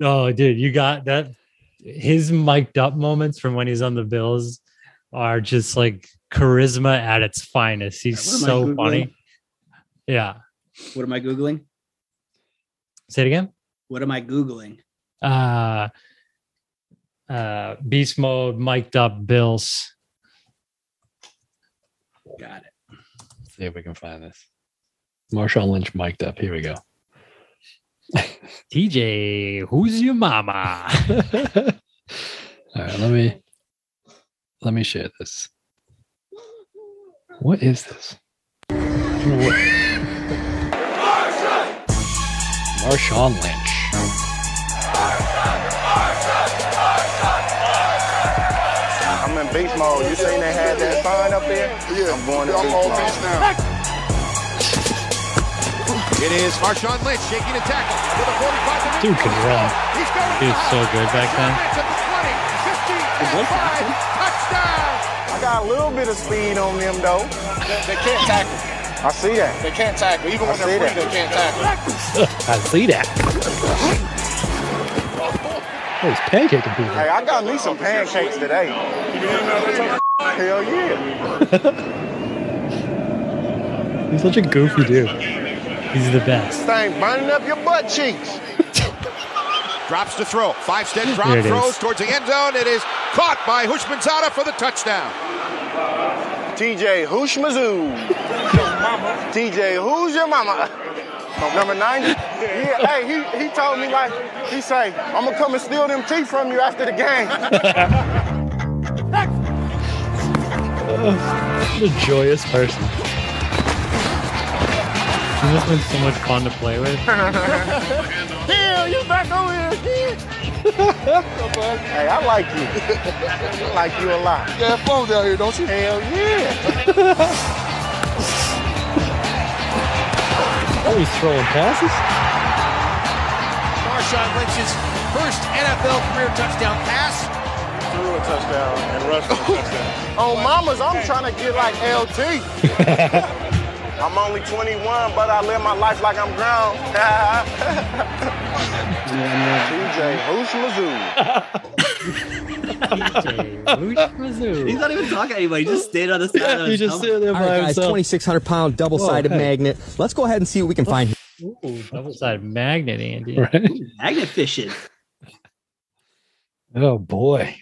[SPEAKER 4] Oh, dude, you got that. His mic'd up moments from when he's on the Bills are just like charisma at its finest. He's
[SPEAKER 3] What am I
[SPEAKER 4] so
[SPEAKER 3] Googling?
[SPEAKER 4] funny. Yeah.
[SPEAKER 3] What am I Googling?
[SPEAKER 4] Say it again.
[SPEAKER 3] What am I Googling?
[SPEAKER 4] Uh, uh, beast mode, mic'd up Bills.
[SPEAKER 3] Got it.
[SPEAKER 2] Let's see if we can find this. Marshawn Lynch mic'd up. Here we go. [laughs]
[SPEAKER 4] TJ, who's your mama?
[SPEAKER 2] All right, let me let me share this. What is this? I don't know what- Marshawn Lynch.
[SPEAKER 7] I'm in beast mode. Oh, You seen they had that sign up there? Yeah. I'm going to beast mode. now.
[SPEAKER 8] It is Marshawn Lynch shaking a tackle to the 45.
[SPEAKER 4] Dude can run.
[SPEAKER 8] He's going
[SPEAKER 4] He was so good back then.
[SPEAKER 8] then. 20, 15, 5, touchdown.
[SPEAKER 7] I got a little bit of speed on them though.
[SPEAKER 9] They can't tackle.
[SPEAKER 7] I see that.
[SPEAKER 9] They can't tackle. Even when
[SPEAKER 7] I see
[SPEAKER 9] they're free,
[SPEAKER 7] that.
[SPEAKER 9] they can't tackle.
[SPEAKER 2] I see that. Oh, he's pancaking people.
[SPEAKER 7] Hey, I got me some pancakes today. Hell yeah.
[SPEAKER 2] He's such a goofy dude.
[SPEAKER 4] He's the best.
[SPEAKER 7] Thing burning up your butt cheeks.
[SPEAKER 8] Drops to throw. Five step
[SPEAKER 4] There
[SPEAKER 8] drop
[SPEAKER 4] it
[SPEAKER 8] throws
[SPEAKER 4] is.
[SPEAKER 8] towards the end zone. It is caught by Hushmanzada for the touchdown.
[SPEAKER 7] TJ, who's Mizzou? TJ, who's your mama? Number 90? Yeah, hey, he, he told me like, he say, I'm gonna come and steal them teeth from you after the game.
[SPEAKER 2] What a joyous person.
[SPEAKER 4] He must have been so much fun to play with.
[SPEAKER 7] Hey, I like you. [laughs] I like you a lot. You have fun down here, don't you? Hell yeah.
[SPEAKER 2] [laughs] Oh, he's throwing passes?
[SPEAKER 8] Marshawn Lynch's first NFL career touchdown pass.
[SPEAKER 7] Threw a touchdown and rushed a
[SPEAKER 8] [laughs]
[SPEAKER 7] touchdown.
[SPEAKER 8] Oh,
[SPEAKER 7] On mamas, I'm trying to get like
[SPEAKER 4] [laughs]
[SPEAKER 7] LT. I'm only 21, but I live my life like I'm
[SPEAKER 8] [laughs]
[SPEAKER 7] grown. TJ Hoosh Mizzou.
[SPEAKER 3] He's not even talking to anybody. He just stayed on the side of
[SPEAKER 2] He
[SPEAKER 3] his
[SPEAKER 2] just
[SPEAKER 3] helmet.
[SPEAKER 2] sitting there
[SPEAKER 10] All
[SPEAKER 2] by
[SPEAKER 10] right, guys,
[SPEAKER 2] himself.
[SPEAKER 10] 2,600 pound double sided
[SPEAKER 2] hey.
[SPEAKER 10] magnet. Let's go ahead and see what we can find.
[SPEAKER 4] Ooh, double sided magnet, Andy.
[SPEAKER 2] Right?
[SPEAKER 3] magnet fishing.
[SPEAKER 2] Oh, boy.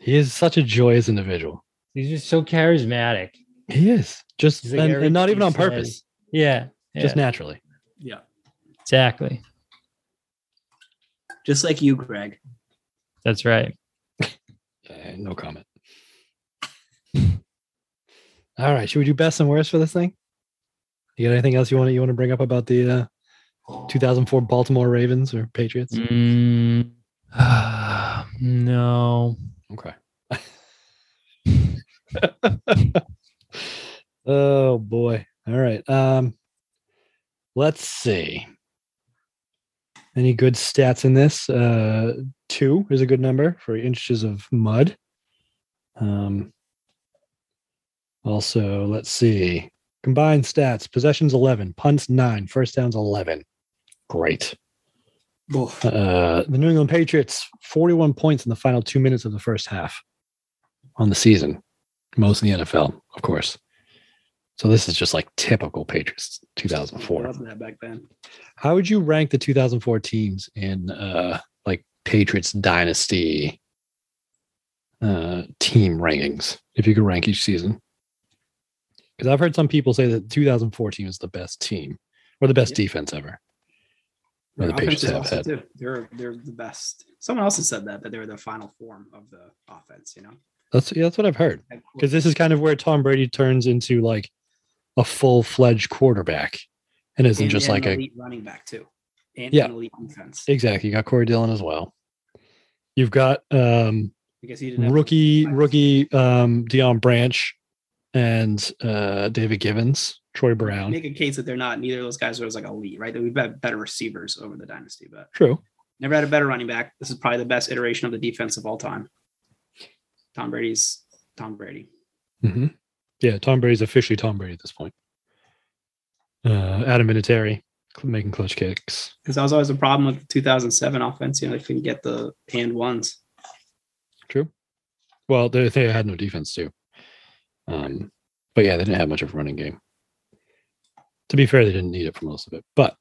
[SPEAKER 2] He is such a joyous individual.
[SPEAKER 4] He's just so charismatic.
[SPEAKER 2] He is. Just,
[SPEAKER 4] He's like
[SPEAKER 2] and, and not
[SPEAKER 4] everything
[SPEAKER 2] even on
[SPEAKER 4] he says.
[SPEAKER 2] purpose,
[SPEAKER 4] Yeah.
[SPEAKER 2] just
[SPEAKER 4] yeah,
[SPEAKER 2] naturally.
[SPEAKER 3] Yeah.
[SPEAKER 4] Exactly.
[SPEAKER 3] Just like you, Greg.
[SPEAKER 4] That's right.
[SPEAKER 2] Uh, no comment. [laughs] All right, should we do best and worst for this thing? You got anything else you want to you want to bring up about the uh, 2004 Baltimore Ravens or Patriots?
[SPEAKER 4] Mm, [sighs] no.
[SPEAKER 2] Okay. [laughs] oh boy. All right. Um let's see. Any good stats in this? Uh two is a good number for inches of mud. Um also, let's see. Combined stats, possessions 11, punts 9, first downs 11. Great.
[SPEAKER 3] Oof.
[SPEAKER 2] Uh, the New England Patriots, 41 points in the final two minutes of the first half on the season. Most in the NFL, of course. So this is just like typical Patriots
[SPEAKER 3] It
[SPEAKER 2] 2004.
[SPEAKER 3] wasn't that back then.
[SPEAKER 2] How would you rank the 2004 teams in uh, like Patriots dynasty uh, team rankings, if you could rank each season? Because I've heard some people say that 2004 team is the best team or the best
[SPEAKER 3] Yeah.
[SPEAKER 2] defense ever. Or
[SPEAKER 3] Their
[SPEAKER 2] the Patriots
[SPEAKER 3] offense is
[SPEAKER 2] have
[SPEAKER 3] awesome,
[SPEAKER 2] had.
[SPEAKER 3] too. They're they're the best. Someone else has said that that they were the final form of the offense. You know,
[SPEAKER 2] That's yeah, that's what I've heard. because this is kind of where Tom Brady turns into like a full fledged quarterback and isn't
[SPEAKER 3] And-
[SPEAKER 2] just
[SPEAKER 3] and
[SPEAKER 2] like
[SPEAKER 3] an
[SPEAKER 2] a
[SPEAKER 3] elite running back too, and
[SPEAKER 2] Yeah.
[SPEAKER 3] an elite defense.
[SPEAKER 2] exactly. You got Corey Dillon as well. You've got um,
[SPEAKER 3] Because he didn't have-
[SPEAKER 2] rookie
[SPEAKER 3] Nice.
[SPEAKER 2] rookie um, Dion Branch and uh, David Givens, Troy Brown.
[SPEAKER 3] make a case that they're not. Neither of those guys was like elite, right? We've had better receivers over the dynasty, but
[SPEAKER 2] True.
[SPEAKER 3] never had a better running back. This is probably the best iteration of the defense of all time. Tom Brady's Tom Brady.
[SPEAKER 2] hmm Yeah, Tom Brady's officially Tom Brady at this point. Uh, Adam Vinatieri cl- making clutch kicks.
[SPEAKER 3] Because that was always a problem with the 2007 offense. You know, they couldn't get the hand ones.
[SPEAKER 2] True. Well, they, they had no defense too. Um, but yeah, they didn't have much of a running game. To be fair, they didn't need it for most of it. But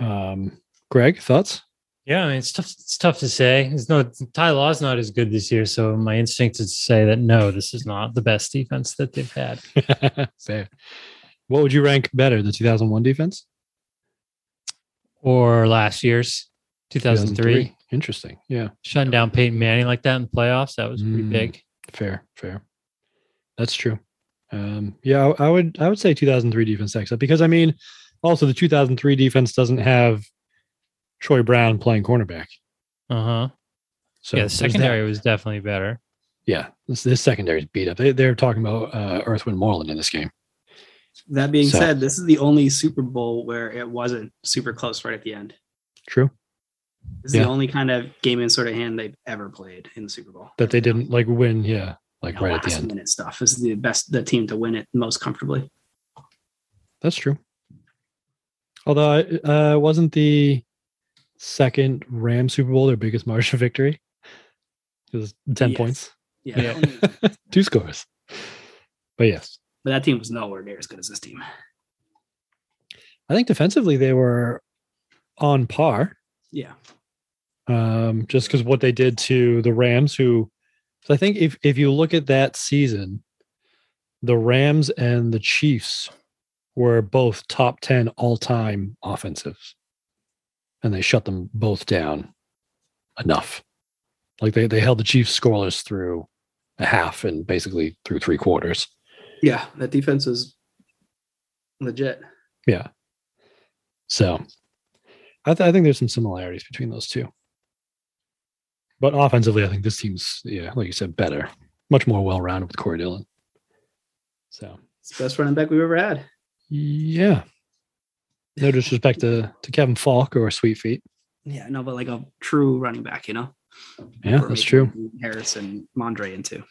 [SPEAKER 2] um, Greg,
[SPEAKER 4] [laughs]
[SPEAKER 2] thoughts?
[SPEAKER 4] Yeah, I mean it's tough. It's tough to say. It's no Ty Law's not as good this year, so my instinct is to say that no, this is not the best defense that they've had.
[SPEAKER 2] Fair. What would you rank better, the 2001 defense?
[SPEAKER 4] Or last year's 2003,
[SPEAKER 2] Interesting. Yeah.
[SPEAKER 4] shutting down Peyton Manning like that in the playoffs. That was pretty
[SPEAKER 2] Mm.
[SPEAKER 4] big.
[SPEAKER 2] Fair, fair. That's true. Um, yeah, I, I would I would say 2003 defense stacks up because I mean, also the 2003 defense doesn't have Troy Brown playing cornerback.
[SPEAKER 4] Uh huh.
[SPEAKER 2] So
[SPEAKER 4] yeah, the
[SPEAKER 2] there's that.
[SPEAKER 4] secondary was definitely better.
[SPEAKER 2] Yeah, this, this secondary is beat up. They, they're talking about uh, Earthwind Moreland in this game.
[SPEAKER 3] That being
[SPEAKER 2] So-
[SPEAKER 3] said, this is the only Super Bowl where it wasn't super close right at the end.
[SPEAKER 2] True.
[SPEAKER 3] This is
[SPEAKER 2] Yeah.
[SPEAKER 3] the only kind of game in sort of hand they've ever played in the Super Bowl.
[SPEAKER 2] That they didn't like win. Yeah, like right at the
[SPEAKER 3] last
[SPEAKER 2] end.
[SPEAKER 3] minute stuff. This is the best the team to win it most comfortably.
[SPEAKER 2] That's true. Although uh, wasn't the second Ram Super Bowl their biggest [laughs] margin of victory? It was ten
[SPEAKER 3] Yes.
[SPEAKER 2] points,
[SPEAKER 3] Yeah.
[SPEAKER 4] Yeah.
[SPEAKER 3] only-
[SPEAKER 2] two scores. But yes,
[SPEAKER 3] [laughs] but that team was nowhere near as good as this team.
[SPEAKER 2] I think defensively they were on par.
[SPEAKER 3] Yeah.
[SPEAKER 2] Um, just because what they did to the Rams, who 'cause I think if if you look at that season, the Rams and the Chiefs were both top ten all time offensives, and they shut them both down enough. Like they they held the Chiefs scoreless through a half and basically through three quarters.
[SPEAKER 3] Yeah. That defense was legit.
[SPEAKER 2] Yeah. So I, th- I think there's some similarities between those two. But offensively, I think this team's, yeah, like you said, better, much more well rounded with Corey Dillon. So,
[SPEAKER 3] It's the best running back we've ever had.
[SPEAKER 2] yeah. No disrespect to, to Kevin Falk or Sweet Feet.
[SPEAKER 3] Yeah, no, but like a true running back, you know?
[SPEAKER 2] Yeah,
[SPEAKER 3] Or
[SPEAKER 2] that's
[SPEAKER 3] maybe
[SPEAKER 2] true.
[SPEAKER 3] Harris and Mondre into.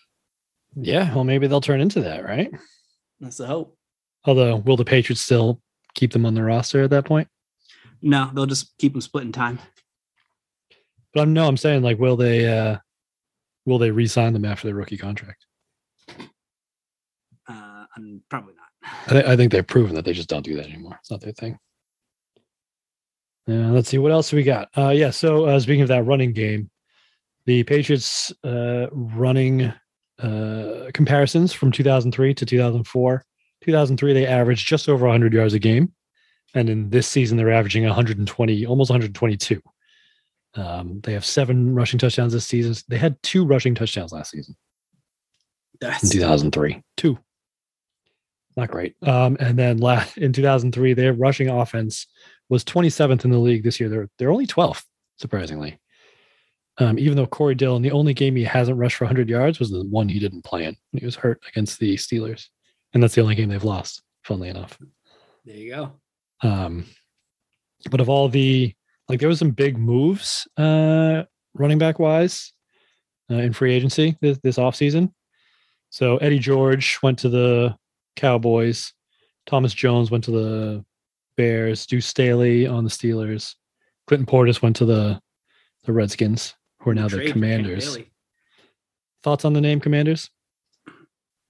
[SPEAKER 2] Yeah. Well, maybe they'll turn into that, right?
[SPEAKER 3] That's the hope.
[SPEAKER 2] Although, will the Patriots still keep them on the roster at that point?
[SPEAKER 3] No, they'll just keep them splitting time.
[SPEAKER 2] But I'm no, I'm saying like, will they, uh, will they re-sign them after their rookie contract?
[SPEAKER 3] Uh, and probably
[SPEAKER 2] I, th- I think they've proven that they just don't do that anymore. It's not their thing. Uh, let's see what else we got. Uh, yeah. So uh, speaking of that running game, the Patriots uh, running uh, comparisons from 2003 to 2004. 2003 they averaged just over 100 yards a game, and in this season they're averaging 120, almost 122. Um, they have seven rushing touchdowns this season. They had two rushing touchdowns last season
[SPEAKER 3] not.
[SPEAKER 2] in
[SPEAKER 3] That's
[SPEAKER 2] 2003. Two. Not great. Um, and then last in 2003, their rushing offense was 27th in the league this year. They're they're only 12th, surprisingly. Um, even though Corey Dillon, the only game he hasn't rushed for 100 yards was the one he didn't play in. He was hurt against the Steelers, and that's the only game they've lost. Funnily enough.
[SPEAKER 3] there you go.
[SPEAKER 2] Um, but of all the like, there was some big moves uh, running back wise uh, in free agency this, this offseason. So Eddie George went to the Cowboys. Thomas Jones went to the Bears. Deuce Staley on the Steelers. Clinton Portis went to the the Redskins, who are now
[SPEAKER 3] Trade
[SPEAKER 2] the
[SPEAKER 3] for Kenny
[SPEAKER 2] Commanders.
[SPEAKER 3] Bailey.
[SPEAKER 2] Thoughts on the name Commanders?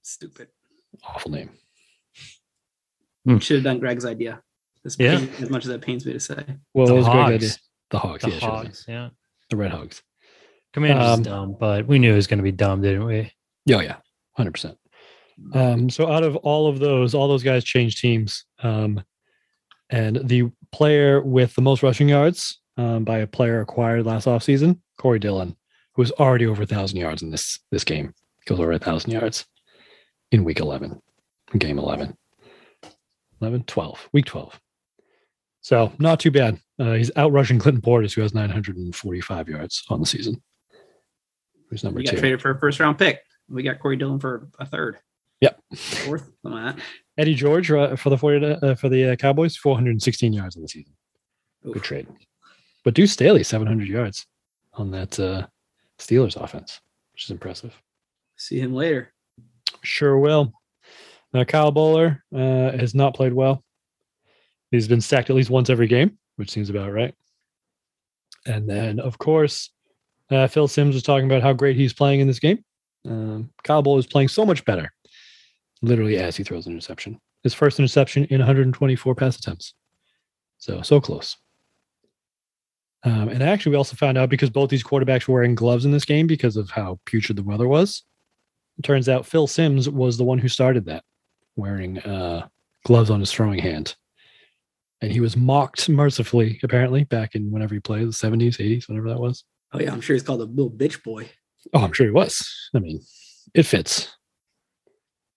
[SPEAKER 3] Stupid.
[SPEAKER 2] Awful name.
[SPEAKER 3] Should have done Greg's idea. As,
[SPEAKER 4] Yeah.
[SPEAKER 3] pain- as much as that pains me to say.
[SPEAKER 2] Well,
[SPEAKER 4] The
[SPEAKER 2] what was Greg's idea?
[SPEAKER 4] Hogs.
[SPEAKER 2] The Hogs.
[SPEAKER 4] The
[SPEAKER 2] yeah, sure.
[SPEAKER 4] Hogs. Yeah.
[SPEAKER 2] The Red Hogs.
[SPEAKER 4] Commanders
[SPEAKER 2] Um,
[SPEAKER 4] is dumb, but we knew it was going to be dumb, didn't we?
[SPEAKER 2] Yeah, Oh, yeah, hundred percent. Um, so out of all of those, all those guys changed teams, um, and the player with the most rushing yards um, by a player acquired last offseason, Corey Dillon, who was already over a thousand yards in this this game, goes over a thousand yards in week eleven, game 11. 11, 12, week twelve. So not too bad. Uh, he's out rushing Clinton Portis, who has nine hundred and forty five yards on the season. Who's number
[SPEAKER 3] We
[SPEAKER 2] two?
[SPEAKER 3] got traded for a first round pick. We got Corey Dillon for a third.
[SPEAKER 2] Yep.
[SPEAKER 3] Fourth. Something like that.
[SPEAKER 2] Eddie George uh, for the 40, uh, for the uh, Cowboys, 416 yards in the season. Good
[SPEAKER 3] Oof.
[SPEAKER 2] trade. But Deuce Staley, 700 yards on that uh, Steelers offense, which is impressive.
[SPEAKER 3] See him later.
[SPEAKER 2] Sure will. Now, Kyle Bowler uh, has not played well. He's been sacked at least once every game, which seems about right. And then, of course, uh, Phil Sims was talking about how great he's playing in this game. Um, Kyle Bowler is playing so much better, literally as he throws an interception. His first interception in 124 pass attempts. So, so close. Um, and actually, we also found out because both these quarterbacks were wearing gloves in this game because of how putrid the weather was. It turns out Phil Sims was the one who started that, wearing uh, gloves on his throwing hand. And he was mocked mercifully, apparently, back in whenever he played, the 70s, 80s, whenever that was.
[SPEAKER 3] Oh yeah, I'm sure he's called a little bitch boy.
[SPEAKER 2] Oh, I'm sure he was. I mean, it fits.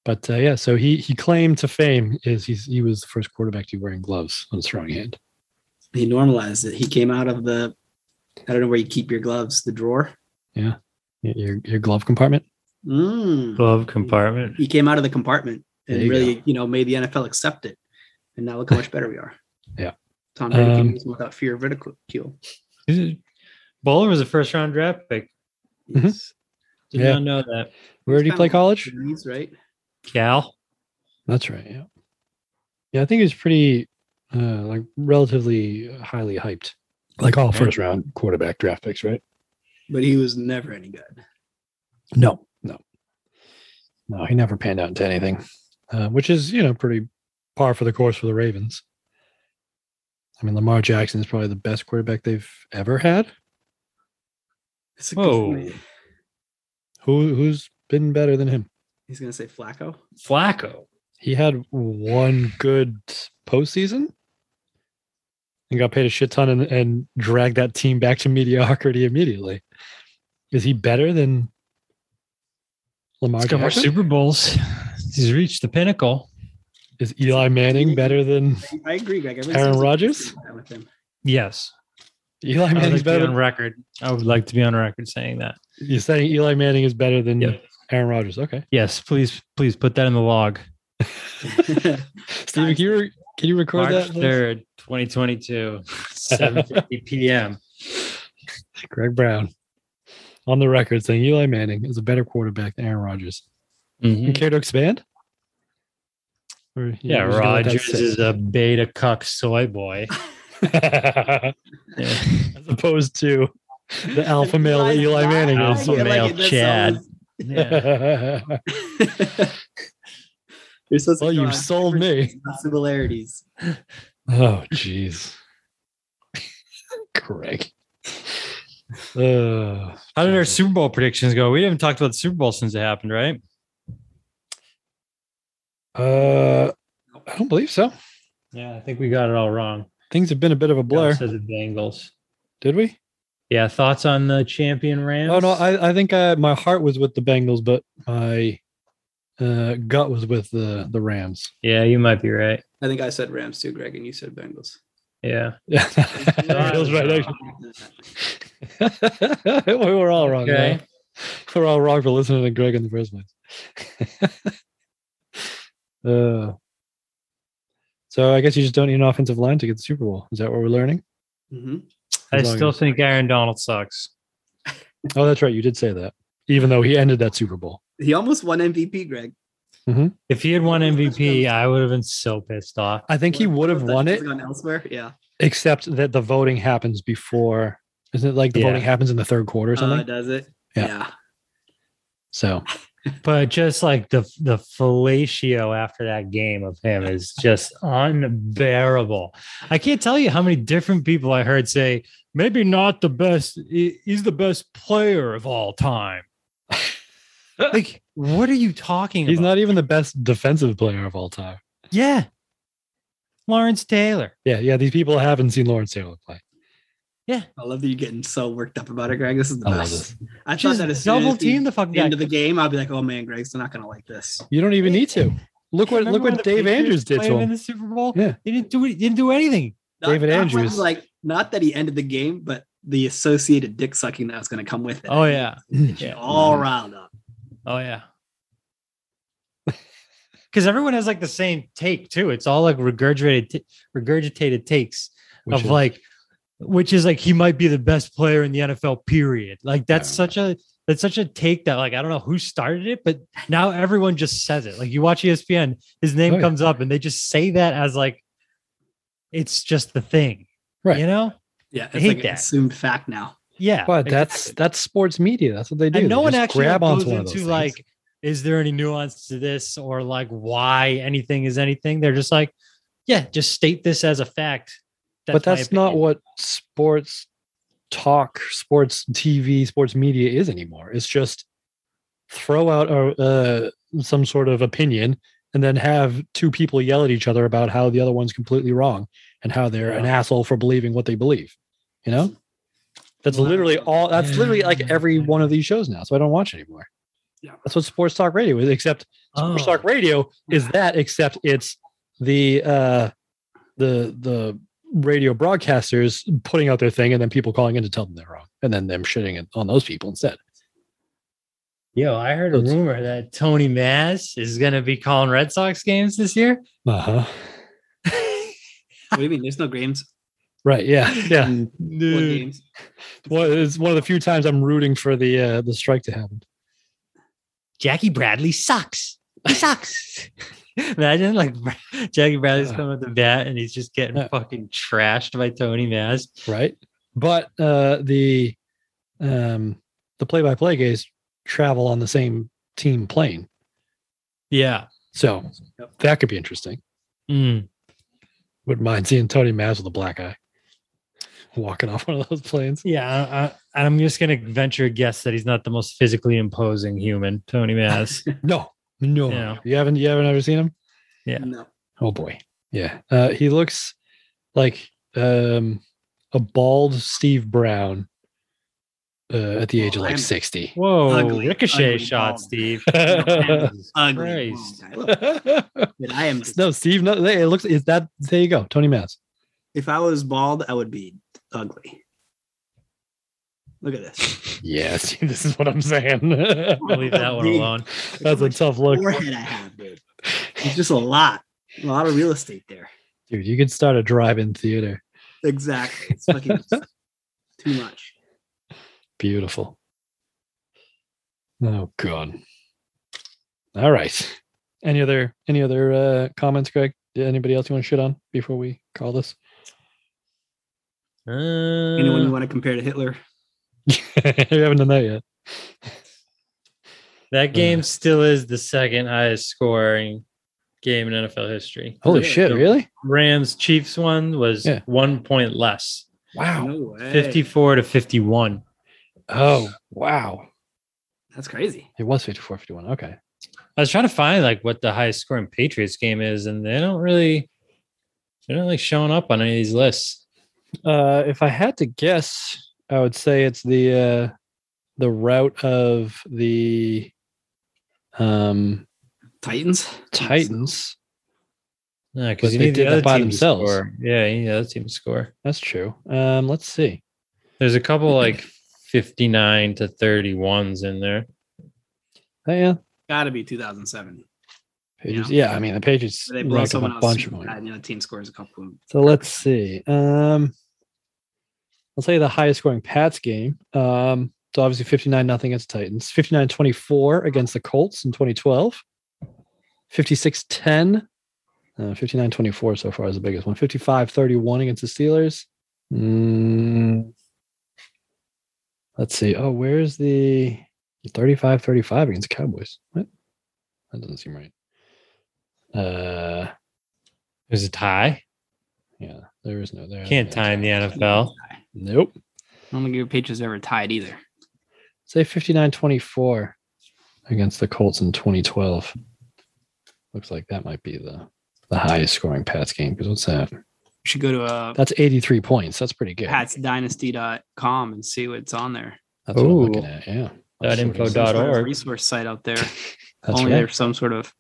[SPEAKER 2] But uh, yeah, so he he claimed to fame is he's he was the first quarterback to be wearing gloves on his throwing hand.
[SPEAKER 3] He normalized it. He came out of the I don't know where you keep your gloves, the drawer.
[SPEAKER 2] Yeah, Y- your your glove compartment.
[SPEAKER 3] Mm.
[SPEAKER 4] Glove compartment.
[SPEAKER 3] He came out of the compartment and
[SPEAKER 2] There you
[SPEAKER 3] really, you know, made the NFL accept it. And
[SPEAKER 2] [laughs]
[SPEAKER 3] now look how much better we are.
[SPEAKER 2] Yeah.
[SPEAKER 3] Tom Brady
[SPEAKER 2] Um, mm-hmm.
[SPEAKER 3] can use them without fear of ridicule.
[SPEAKER 4] Bowler was a first round draft pick.
[SPEAKER 2] Mhm.
[SPEAKER 4] Yes. Did
[SPEAKER 2] Yeah.
[SPEAKER 4] not know that.
[SPEAKER 2] Where did he play college?
[SPEAKER 3] He's right.
[SPEAKER 4] Cal.
[SPEAKER 2] That's right. Yeah, yeah. I think he's pretty uh, like relatively highly hyped, like all first round quarterback draft picks, right?
[SPEAKER 3] But he was never any good.
[SPEAKER 2] No, no, no. He never panned out into anything, uh, which is you know pretty par for the course for the Ravens. I mean, Lamar Jackson is probably the best quarterback they've ever had.
[SPEAKER 3] It's a good
[SPEAKER 4] Whoa.
[SPEAKER 3] point.
[SPEAKER 2] Who who's been better than him?
[SPEAKER 3] He's gonna say Flacco.
[SPEAKER 4] Flacco.
[SPEAKER 2] He had one good postseason and got paid a shit ton and, and dragged that team back to mediocrity immediately. Is he better than Lamar
[SPEAKER 4] He's got more
[SPEAKER 2] Jackson?
[SPEAKER 4] Super Bowls. [laughs] He's reached the pinnacle.
[SPEAKER 2] Is Eli Manning better than
[SPEAKER 3] I agree, Greg. Everyone
[SPEAKER 2] Aaron
[SPEAKER 3] seems to
[SPEAKER 2] Rodgers?
[SPEAKER 3] agree with him.
[SPEAKER 4] Yes.
[SPEAKER 2] Eli
[SPEAKER 4] I would
[SPEAKER 2] Manning's
[SPEAKER 4] like to be
[SPEAKER 2] better
[SPEAKER 4] on
[SPEAKER 2] than,
[SPEAKER 4] record. I would like to be on record saying that.
[SPEAKER 2] You're saying Eli Manning is better than
[SPEAKER 4] Yep.
[SPEAKER 2] Aaron Rodgers.
[SPEAKER 4] [laughs]
[SPEAKER 2] Okay.
[SPEAKER 4] Yes, please, please put that in the log.
[SPEAKER 2] Steven, can you, re- can you record
[SPEAKER 4] March
[SPEAKER 2] that? please?
[SPEAKER 4] third, twenty twenty [laughs] two, seven fifty p.m.
[SPEAKER 2] Greg Brown on the record saying Eli Manning is a better quarterback than Aaron Rodgers.
[SPEAKER 4] Mm-hmm.
[SPEAKER 2] You care to expand? Or you-
[SPEAKER 4] Yeah,
[SPEAKER 2] you're just gonna let that
[SPEAKER 4] Rogers
[SPEAKER 2] sit?
[SPEAKER 4] is a beta cuck soy [laughs] boy.
[SPEAKER 2] as opposed to the alpha male that Eli Manning is.
[SPEAKER 4] Alpha
[SPEAKER 3] Yeah,
[SPEAKER 4] male
[SPEAKER 3] it does
[SPEAKER 4] Chad.
[SPEAKER 3] sound-
[SPEAKER 4] Yeah.
[SPEAKER 3] [laughs] You're supposed to
[SPEAKER 2] Well,
[SPEAKER 3] go
[SPEAKER 2] you've
[SPEAKER 3] on
[SPEAKER 2] sold
[SPEAKER 3] different
[SPEAKER 2] me.
[SPEAKER 3] Similarities.
[SPEAKER 2] oh, jeez. Craig. Uh,
[SPEAKER 4] How did our Super Bowl predictions go? We haven't talked about the Super Bowl since it happened, right?
[SPEAKER 2] uh, I don't believe so.
[SPEAKER 4] Yeah, I think we got it all wrong.
[SPEAKER 2] Things have been a bit of a blur.
[SPEAKER 4] Says the Bengals.
[SPEAKER 2] Did we?
[SPEAKER 4] Yeah, thoughts on the champion Rams?
[SPEAKER 2] Oh no, I, I think I, my heart was with the Bengals, but my uh, gut was with the the Rams. [laughs]
[SPEAKER 4] yeah, you might be right.
[SPEAKER 3] I think I said Rams too, Greg, and you
[SPEAKER 2] [laughs]
[SPEAKER 3] said Bengals.
[SPEAKER 4] Yeah,
[SPEAKER 2] Yeah, that feels right. actually. [laughs] we were all wrong.
[SPEAKER 4] Okay.
[SPEAKER 2] man. We're all wrong for listening to Greg in the first place. [laughs] uh, so I guess you just don't need an offensive line to get the Super Bowl. Is that what we're learning?
[SPEAKER 3] hmm
[SPEAKER 4] I
[SPEAKER 2] As long
[SPEAKER 4] still
[SPEAKER 2] as-
[SPEAKER 4] think Aaron Donald sucks.
[SPEAKER 2] Oh, that's right. You did say that, even though he ended that Super Bowl.
[SPEAKER 3] He almost won MVP, Greg.
[SPEAKER 4] If he had won MVP, I would have been so pissed off.
[SPEAKER 2] I think he
[SPEAKER 3] What-
[SPEAKER 2] would have
[SPEAKER 3] what if
[SPEAKER 2] won
[SPEAKER 3] that
[SPEAKER 2] it,
[SPEAKER 3] should've Gone elsewhere, yeah.
[SPEAKER 2] except that the voting happens before. Isn't it like the
[SPEAKER 4] Yeah.
[SPEAKER 2] voting happens in the third quarter or
[SPEAKER 3] Uh,
[SPEAKER 2] something?
[SPEAKER 3] does it?
[SPEAKER 2] Yeah.
[SPEAKER 3] yeah.
[SPEAKER 2] so
[SPEAKER 4] But just like the the fellatio after that game of him is
[SPEAKER 2] [laughs]
[SPEAKER 4] just unbearable. I can't tell you how many different people I heard say, maybe not the best. he- He's the best player of
[SPEAKER 2] [laughs]
[SPEAKER 4] all time. like, what are you talking
[SPEAKER 2] he's
[SPEAKER 4] about?
[SPEAKER 2] not even the best defensive player of all time.
[SPEAKER 4] yeah. Lawrence Taylor.
[SPEAKER 2] Yeah, yeah. These people haven't seen Lawrence Taylor play.
[SPEAKER 3] I love that you're getting so worked up about it, Greg. This is the
[SPEAKER 2] I love
[SPEAKER 3] best.
[SPEAKER 2] this.
[SPEAKER 3] I thought that as
[SPEAKER 4] Just
[SPEAKER 3] soon
[SPEAKER 4] double
[SPEAKER 3] as
[SPEAKER 4] team
[SPEAKER 3] team
[SPEAKER 4] the fucking
[SPEAKER 3] the
[SPEAKER 4] guy.
[SPEAKER 3] end of the game, I'll be like, oh man, Greg's not gonna like this.
[SPEAKER 2] You don't even need to. Look what look
[SPEAKER 4] Remember when
[SPEAKER 2] what
[SPEAKER 4] the
[SPEAKER 2] Dave
[SPEAKER 4] Patriots
[SPEAKER 2] Andrews did
[SPEAKER 4] played
[SPEAKER 2] to
[SPEAKER 4] in
[SPEAKER 2] him.
[SPEAKER 4] the Super Bowl.
[SPEAKER 2] Yeah.
[SPEAKER 4] He didn't do he didn't do anything.
[SPEAKER 2] David
[SPEAKER 3] not
[SPEAKER 2] Andrews.
[SPEAKER 3] Like, not that he ended the game, but the associated dick sucking that was gonna come with it.
[SPEAKER 4] Oh yeah. yeah.
[SPEAKER 3] All round up.
[SPEAKER 4] Oh [laughs] yeah. Because everyone has like the same take too. It's all like regurgitated, t- regurgitated takes
[SPEAKER 2] Which
[SPEAKER 4] of
[SPEAKER 2] is-
[SPEAKER 4] like, which is like he might be the best player in the NFL. Period. Like that's
[SPEAKER 2] Yeah.
[SPEAKER 4] such a that's such a take that like I don't know who started it, but now everyone just says it. Like you watch E ESPN, his name
[SPEAKER 2] Oh, yeah.
[SPEAKER 4] comes up, and they just say that as like, it's just the thing,
[SPEAKER 2] Right.
[SPEAKER 4] You know?
[SPEAKER 3] Yeah,
[SPEAKER 4] I
[SPEAKER 3] it's
[SPEAKER 4] hate
[SPEAKER 3] like an
[SPEAKER 4] that.
[SPEAKER 3] assumed fact now.
[SPEAKER 4] Yeah.
[SPEAKER 2] but that's
[SPEAKER 4] exactly.
[SPEAKER 2] that's sports media. That's what they do.
[SPEAKER 4] and no
[SPEAKER 2] They
[SPEAKER 4] one
[SPEAKER 2] just
[SPEAKER 4] actually
[SPEAKER 2] grab
[SPEAKER 4] goes
[SPEAKER 2] onto
[SPEAKER 4] into
[SPEAKER 2] one of those. things.
[SPEAKER 4] like is there any nuance to this or like why anything is anything they're just like yeah just state this as a fact
[SPEAKER 2] but
[SPEAKER 4] my
[SPEAKER 2] that's not
[SPEAKER 4] opinion.
[SPEAKER 2] what sports talk sports TV, sports media is anymore. It's just throw out a, uh, some sort of opinion and then have two people yell at each other about how the other one's completely wrong and how they're an asshole for believing what they believe. You know, that's literally all. That's literally like every one of these shows now. So I don't watch anymore.
[SPEAKER 3] Yeah.
[SPEAKER 2] That's what sports talk radio is. Except
[SPEAKER 4] Oh,
[SPEAKER 2] sports talk radio is that. Except it's the uh, the the radio broadcasters putting out their thing and then people calling in to tell them they're wrong and then them shitting it on those people instead.
[SPEAKER 4] Yo, I heard a rumor that Tony Mass is going to be calling Red Sox games this year.
[SPEAKER 2] Uh huh.
[SPEAKER 3] What do you mean? There's no games.
[SPEAKER 2] Right. Yeah. Yeah.
[SPEAKER 3] What
[SPEAKER 4] Dude.
[SPEAKER 3] games?
[SPEAKER 2] Well, it's one of the few times I'm rooting for the uh, the strike to happen.
[SPEAKER 4] Jackie Bradley sucks. He sucks. [laughs] Imagine like Jackie Bradley's coming up the bat and he's just getting
[SPEAKER 2] Yeah.
[SPEAKER 4] fucking trashed by Tony Mass.
[SPEAKER 2] right? But uh, the um, the play-by-play guys travel on the same team plane,
[SPEAKER 4] Yeah.
[SPEAKER 2] so
[SPEAKER 3] Yep.
[SPEAKER 2] that could be interesting.
[SPEAKER 4] Mm.
[SPEAKER 2] Wouldn't mind seeing Tony Maz with a black eye walking off one of those planes.
[SPEAKER 4] Yeah. I, I, I'm just going to venture a guess that he's not the most physically imposing human,
[SPEAKER 3] [laughs]
[SPEAKER 4] Tony Mass.
[SPEAKER 2] No, no,
[SPEAKER 4] Yeah.
[SPEAKER 2] you haven't. You haven't ever seen him.
[SPEAKER 4] [laughs] Yeah.
[SPEAKER 3] No.
[SPEAKER 2] Oh boy, yeah. Uh, he looks like um, a bald Steve Brown uh, at the age of
[SPEAKER 3] Oh,
[SPEAKER 2] like
[SPEAKER 3] I'm-
[SPEAKER 2] sixty. [laughs]
[SPEAKER 4] Whoa.
[SPEAKER 3] Ugly,
[SPEAKER 4] ricochet
[SPEAKER 3] ugly
[SPEAKER 4] shot,
[SPEAKER 3] bald. [laughs]
[SPEAKER 4] Steve.
[SPEAKER 2] no,
[SPEAKER 3] Ugly.
[SPEAKER 4] Christ.
[SPEAKER 3] Wrong guy. Look, but I
[SPEAKER 4] [laughs]
[SPEAKER 3] am.
[SPEAKER 2] Steve. No, it looks. Is that there? You go, Tony Maz.
[SPEAKER 3] If I was bald, I would be ugly. Look at this.
[SPEAKER 2] Yeah, [laughs] see, this is what I'm saying.
[SPEAKER 4] I'll leave that one alone.
[SPEAKER 2] [laughs] That's a tough [laughs] look.
[SPEAKER 3] Forehead I have, dude. It's just a lot, a lot of real estate there.
[SPEAKER 2] Dude, you could start a drive in theater.
[SPEAKER 3] Exactly. It's fucking too much.
[SPEAKER 2] Beautiful. Oh god. All right. Any other any other uh comments, Greg? Did anybody else you want to shit on before we call this? [laughs]
[SPEAKER 3] Anyone you
[SPEAKER 4] Uh,
[SPEAKER 3] want to compare to Hitler?
[SPEAKER 2] we haven't done that yet.
[SPEAKER 4] that game still is the second highest scoring game in NFL history.
[SPEAKER 2] Holy
[SPEAKER 3] Yeah,
[SPEAKER 2] shit,
[SPEAKER 4] yeah.
[SPEAKER 2] really?
[SPEAKER 4] Rams Chiefs one was
[SPEAKER 2] Yeah.
[SPEAKER 4] one point less,
[SPEAKER 2] Wow.
[SPEAKER 3] No way.
[SPEAKER 4] 54 to 51.
[SPEAKER 2] Oh, wow.
[SPEAKER 3] That's crazy.
[SPEAKER 2] It was 54 51. Okay.
[SPEAKER 4] I was trying to find like what the highest scoring Patriots game is, and they don't really, they're not like showing up on any of these lists.
[SPEAKER 2] Uh, if I had to guess, I would say it's the uh, the route of the um,
[SPEAKER 3] Titans.
[SPEAKER 2] Titans.
[SPEAKER 4] No,
[SPEAKER 2] But
[SPEAKER 4] because you
[SPEAKER 2] they
[SPEAKER 4] need the
[SPEAKER 2] did that
[SPEAKER 4] other
[SPEAKER 2] by
[SPEAKER 4] team to
[SPEAKER 2] themselves.
[SPEAKER 4] score. Yeah, you need the other team to score.
[SPEAKER 2] That's true. Um, let's see.
[SPEAKER 4] There's a [laughs] couple like 59 to 31s in there.
[SPEAKER 2] Oh, yeah,
[SPEAKER 3] Gotta be 2007.
[SPEAKER 2] Patriots. Yeah. I mean the Patriots
[SPEAKER 3] They blow
[SPEAKER 2] racked up
[SPEAKER 3] someone
[SPEAKER 2] a
[SPEAKER 3] else.
[SPEAKER 2] bunch of
[SPEAKER 3] and
[SPEAKER 2] them.
[SPEAKER 3] the other team scores a couple of them.
[SPEAKER 2] So let's see. Um, I'll say the highest scoring Pats game. Um, so obviously 59 nothing against Titans, 59 24 against the Colts in 2012, 56 10, 59 24 uh, so far is the biggest one, 55 31 against the Steelers. Mm, let's see. Oh, where's the 35 35 against the Cowboys? What? That doesn't seem right. Uh,
[SPEAKER 4] There's a tie.
[SPEAKER 2] yeah, there is no there.
[SPEAKER 4] Can't
[SPEAKER 2] time.
[SPEAKER 4] time the NFL.
[SPEAKER 2] Nope.
[SPEAKER 3] I don't think your Patriots ever tied either.
[SPEAKER 2] Say 59 24 against the Colts in 2012. Looks like that might be the, the highest scoring Pats game because what's that?
[SPEAKER 3] You should go to uh,
[SPEAKER 2] That's 83 points. That's pretty good.
[SPEAKER 3] patsdynasty.com and see what's on there.
[SPEAKER 2] That's what I'm
[SPEAKER 4] Ooh.
[SPEAKER 2] looking at. Yeah.
[SPEAKER 4] Dot
[SPEAKER 2] That's
[SPEAKER 4] info
[SPEAKER 2] what it is.
[SPEAKER 4] dot
[SPEAKER 3] There's a
[SPEAKER 4] org.
[SPEAKER 3] resource site out there.
[SPEAKER 2] That's
[SPEAKER 3] Only
[SPEAKER 2] right.
[SPEAKER 3] there's some sort of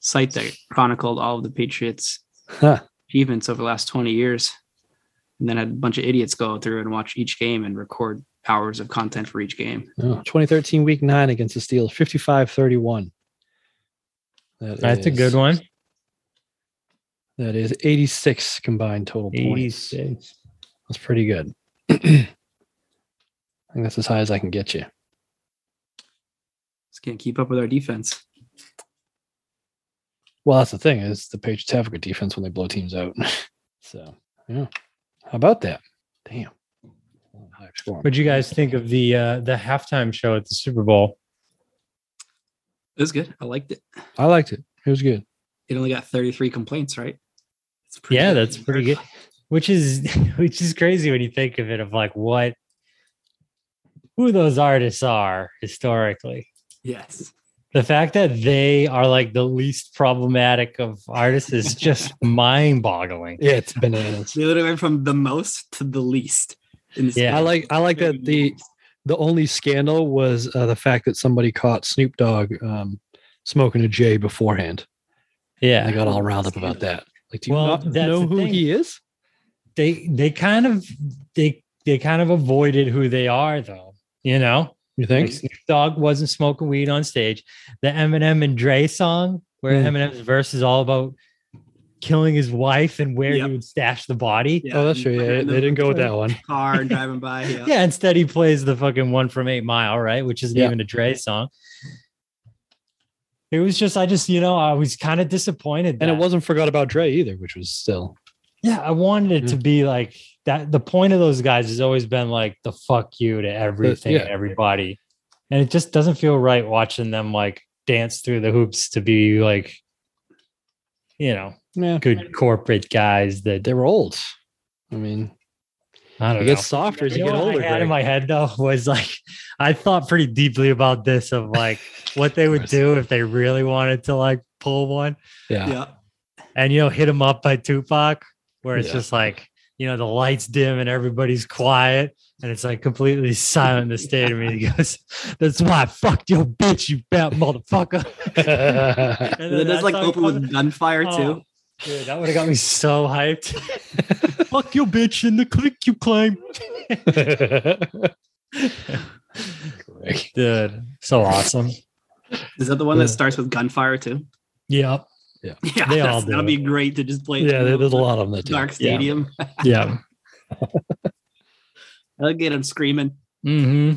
[SPEAKER 3] site that chronicled all of the Patriots'
[SPEAKER 2] Huh.
[SPEAKER 3] achievements over the last 20 years. And then had a bunch of idiots go through and watch each game and record hours of content for each game.
[SPEAKER 2] Oh, 2013 week nine against the Steelers, 55 31.
[SPEAKER 4] That's a good one.
[SPEAKER 2] That is 86 combined total points.
[SPEAKER 4] 86.
[SPEAKER 2] That's pretty good. [clears throat] I think that's as high as I can get you.
[SPEAKER 3] Just can't keep up with our defense.
[SPEAKER 2] Well, that's the thing is the Patriots have a good defense when they blow teams out. [laughs] so yeah, how about that? Damn. High scoring.
[SPEAKER 4] What'd you guys think of the uh, the halftime show at the Super Bowl?
[SPEAKER 3] It was good. I liked it.
[SPEAKER 2] I liked it. It was good.
[SPEAKER 3] It only got 33 complaints, right? It's
[SPEAKER 4] [laughs] Yeah, that's pretty good. Which is which is crazy when you think of it of like what who those artists are historically.
[SPEAKER 3] Yes.
[SPEAKER 4] The fact that they are like the least problematic of artists is [laughs] just mind boggling.
[SPEAKER 2] Yeah, it's bananas.
[SPEAKER 3] They literally went from the most to the least. in this
[SPEAKER 4] Yeah.
[SPEAKER 2] I
[SPEAKER 3] movie.
[SPEAKER 2] like I like that the the only scandal was uh, the fact that somebody caught Snoop Dogg um, smoking a J beforehand. And
[SPEAKER 4] Yeah.
[SPEAKER 2] they got all riled up about that. Like, do you
[SPEAKER 4] Well,
[SPEAKER 2] not
[SPEAKER 4] that's
[SPEAKER 2] know
[SPEAKER 4] the
[SPEAKER 2] who
[SPEAKER 4] thing.
[SPEAKER 2] he is?
[SPEAKER 4] They they kind of they they kind of avoided who they are though, you know?
[SPEAKER 2] You
[SPEAKER 4] Like
[SPEAKER 2] think?
[SPEAKER 4] Snoop Dogg wasn't smoking weed on stage. The Eminem and Dre song, where
[SPEAKER 2] Mm.
[SPEAKER 4] Eminem's verse is all about killing his wife and where
[SPEAKER 3] Yep.
[SPEAKER 4] he would stash the body.
[SPEAKER 3] Yeah,
[SPEAKER 2] oh, that's
[SPEAKER 3] and
[SPEAKER 2] true. Yeah,
[SPEAKER 3] behind
[SPEAKER 2] they
[SPEAKER 3] the
[SPEAKER 2] didn't go with that one.
[SPEAKER 3] Car driving
[SPEAKER 2] [laughs]
[SPEAKER 3] by. Yeah.
[SPEAKER 4] Yeah, instead he plays the fucking one from Eight Mile, right? Which isn't
[SPEAKER 2] Yeah.
[SPEAKER 4] even a Dre song. It was just, I just, you know, I was kind of disappointed.
[SPEAKER 2] And it
[SPEAKER 4] that-
[SPEAKER 2] wasn't forgot about Dre either, which was still
[SPEAKER 4] yeah, I wanted it
[SPEAKER 2] Mm-hmm.
[SPEAKER 4] to be like that. The point of those guys has always been like the fuck you to everything,
[SPEAKER 2] yeah.
[SPEAKER 4] and everybody. And it just doesn't feel right watching them like dance through the hoops to be like, you know,
[SPEAKER 2] yeah.
[SPEAKER 4] good corporate guys that
[SPEAKER 2] They were old. I mean,
[SPEAKER 4] I don't
[SPEAKER 2] it
[SPEAKER 4] know.
[SPEAKER 2] gets softer as
[SPEAKER 4] You
[SPEAKER 2] you
[SPEAKER 4] know
[SPEAKER 2] get
[SPEAKER 4] what
[SPEAKER 2] older.
[SPEAKER 4] I had
[SPEAKER 2] Greg.
[SPEAKER 4] in my head though [laughs] was like I thought pretty deeply about this of like what they would do if they really wanted to like pull one
[SPEAKER 2] yeah.
[SPEAKER 3] Yeah.
[SPEAKER 4] and you know hit them up by Tupac, where it's
[SPEAKER 2] Yeah.
[SPEAKER 4] just like you know the lights dim and everybody's quiet and it's like completely [laughs] silent in the stadium. And he goes, "That's why I fucked your bitch, you fat motherfucker." [laughs]
[SPEAKER 2] [laughs]
[SPEAKER 3] And then it's like open with gunfire
[SPEAKER 4] Oh.
[SPEAKER 3] too.
[SPEAKER 4] Dude, that would have got me so hyped. [laughs] Fuck your bitch in the click you
[SPEAKER 3] [laughs]
[SPEAKER 4] claim.
[SPEAKER 2] Greg.
[SPEAKER 4] Dude, so awesome.
[SPEAKER 3] Is that the one that
[SPEAKER 2] Yeah.
[SPEAKER 3] starts with gunfire too?
[SPEAKER 4] Yep.
[SPEAKER 3] [laughs] Yeah.
[SPEAKER 4] They all
[SPEAKER 3] that's-
[SPEAKER 4] do
[SPEAKER 3] that'd be
[SPEAKER 4] it.
[SPEAKER 3] great to just play.
[SPEAKER 2] yeah, there- there's a lot of them that do.
[SPEAKER 3] Dark
[SPEAKER 2] Yeah.
[SPEAKER 3] Stadium. [laughs]
[SPEAKER 4] Yeah.
[SPEAKER 3] I'll get him screaming.
[SPEAKER 4] hmm